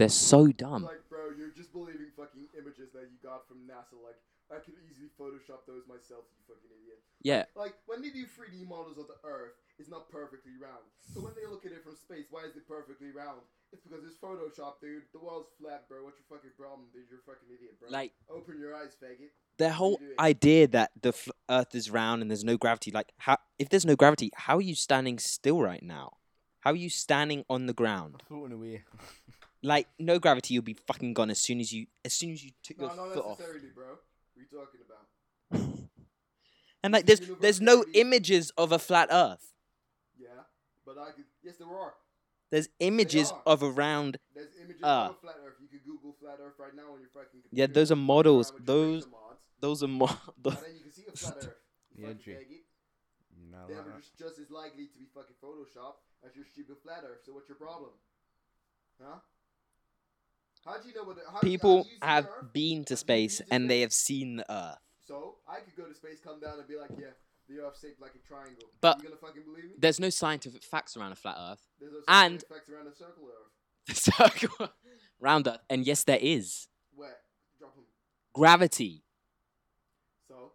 D: They're so dumb.
C: Like, bro, you're just believing fucking images that you got from NASA. Like, I could easily Photoshop those myself. You fucking idiot.
D: Yeah,
C: Like when they do 3D models of the Earth, it's not perfectly round. So when they look at it from space, why is it perfectly round? It's because it's Photoshop, dude. The world's flat, bro. What's your fucking problem, dude? You're a fucking idiot, bro.
D: like
C: open your eyes, faggot.
A: Their whole
C: do it.
A: idea that the fl- Earth is round and there's no gravity. Like, how, if there's no gravity, how are you standing still right now? How are you standing on the ground?
B: I thought in a way.
A: Like, no gravity, you'll be fucking gone as soon as you as soon as you took
C: No,
A: your
C: not
A: foot off.
C: necessarily, bro. What are you talking about?
A: And like, there's
C: Universe
A: there's no
C: gravity.
A: images of a flat Earth.
C: Yeah, but I could. Yes, there are.
A: There's images
C: are.
A: of a round.
C: There's images
A: Ah.
C: of flat Earth. You could Google flat Earth right now on your fucking computer.
A: Yeah, those are models. Those those are more.
C: And
A: Those,
C: then you can see a flat Earth. You
B: Yeah,
C: fucking
B: G.
C: faggot.
B: No
C: They
B: lie.
C: were just, just as likely to be fucking photoshopped as your stupid flat earth. So what's your problem? Huh? How do you know what? The, how do you- how
A: people
C: do you see
A: have
C: the Earth?
A: been to
C: Have you
A: space
C: been to
A: and they
C: space?
A: have seen the Earth.
C: So I could go to space, come down, and be like, yeah, the Earth's shaped like a triangle.
D: But-
C: you gonna fucking believe me?
D: there's no scientific facts around a flat Earth.
C: There's also
D: and-
C: facts around a circle Earth.
D: Circle, round Earth, and yes, there is
C: Where? Drop 'em.
D: gravity.
C: So.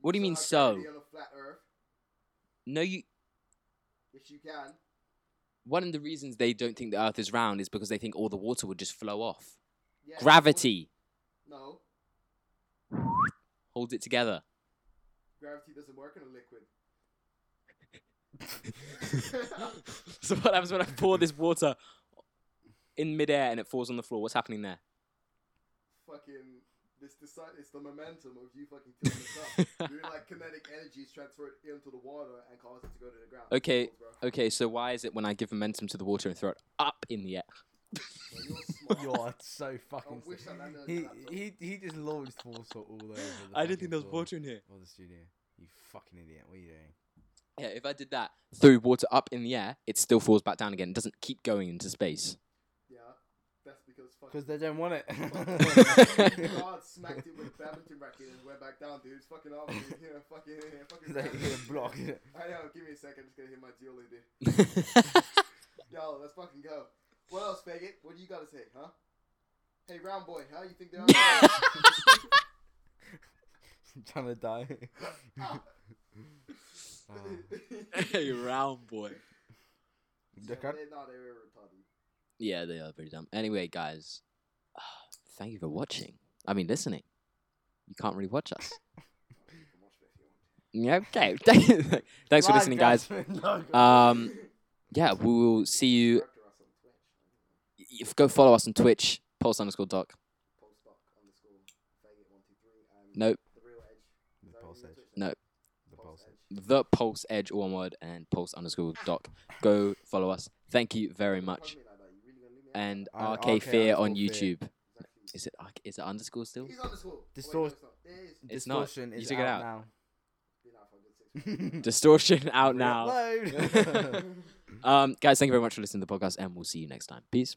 D: What do you mean
C: how
D: so?
C: can you be On a flat Earth,
D: No, you.
C: if you can.
D: One of the reasons they don't think the Earth is round is because they think all the water would just flow off.
C: Yeah,
D: Gravity
C: No.
D: holds it together.
C: gravity doesn't work on a liquid.
D: so what happens when I pour this water in midair and it falls on the floor? What's happening there?
C: Fucking this deci- it's the momentum of you fucking tilting this up. Your like kinetic energy is transferred into the water and causes it to go to the ground.
D: Okay,
C: Balls, bro.
D: okay. So why is it when I give momentum to the water and throw it up in the air?
C: Bro, you're smart.
B: You're so fucking.
C: wish
B: sick.
C: I landed on
B: he,
C: that laptop.
B: he he just launched Walsall all over. The
D: I
B: fucking
D: didn't think there was
B: floor
D: water in here.
B: Or the studio. You fucking idiot! What are you doing?
D: Yeah, if I did that, threw water up in the air, it still falls back down again. It doesn't keep going into space.
C: Yeah, that's because fucking.
B: Because they don't want it.
C: God smacked it with a badminton racket and went back down, dude. It's fucking off. Dude. Here, fucking here, here, fucking.
B: They're gonna block it.
C: I know. Give me a second. I'm just gonna hit my deal, dude. Yo, let's fucking go. What else, faggot? What do you gotta say, huh? Hey, round boy, how you think they're
B: Trying to die.
D: hey, round boy.
C: Yeah,
B: Look
C: they,
B: at-
C: no, they were retarded.
D: Yeah, they are pretty dumb. Anyway, guys, thank you for watching. I mean, listening. You can't really watch us.
C: You can watch it if you want.
D: Yeah, okay. Thanks for
B: Live
D: listening, guys.
B: judgment.
D: Um, yeah, we will see you.
C: After us on Twitch, I don't know.
D: If go follow us on Twitch, pulse underscore doc.
C: Postdoc underscore faggot one two three. and
D: Nope.
C: The real edge. Is
B: The
C: that
B: Pulse
C: your
B: Edge.
C: Twitch
D: No.
C: name?
B: The pulse.
D: The pulse edge all one word and pulse underscore doc. Go follow us. Thank you very much.
C: Fuck me like that, you really gonna leave me out?
D: And
B: Uh,
D: RK,
B: RK
D: Fear on
B: underscore Fear.
D: YouTube.
C: It's actually-
D: Is it RK is it underscore still?
C: He's underscore.
B: Distort-
C: Wait, no, it's not. It is.
D: It's not.
B: Distortion
D: You
B: is
D: took it
B: out
C: Been out for a good six
B: now.
C: weeks.
D: Distortion out now.
B: Reload.
D: Um, guys, thank you very much for listening to the podcast, and we'll see you next time. Peace.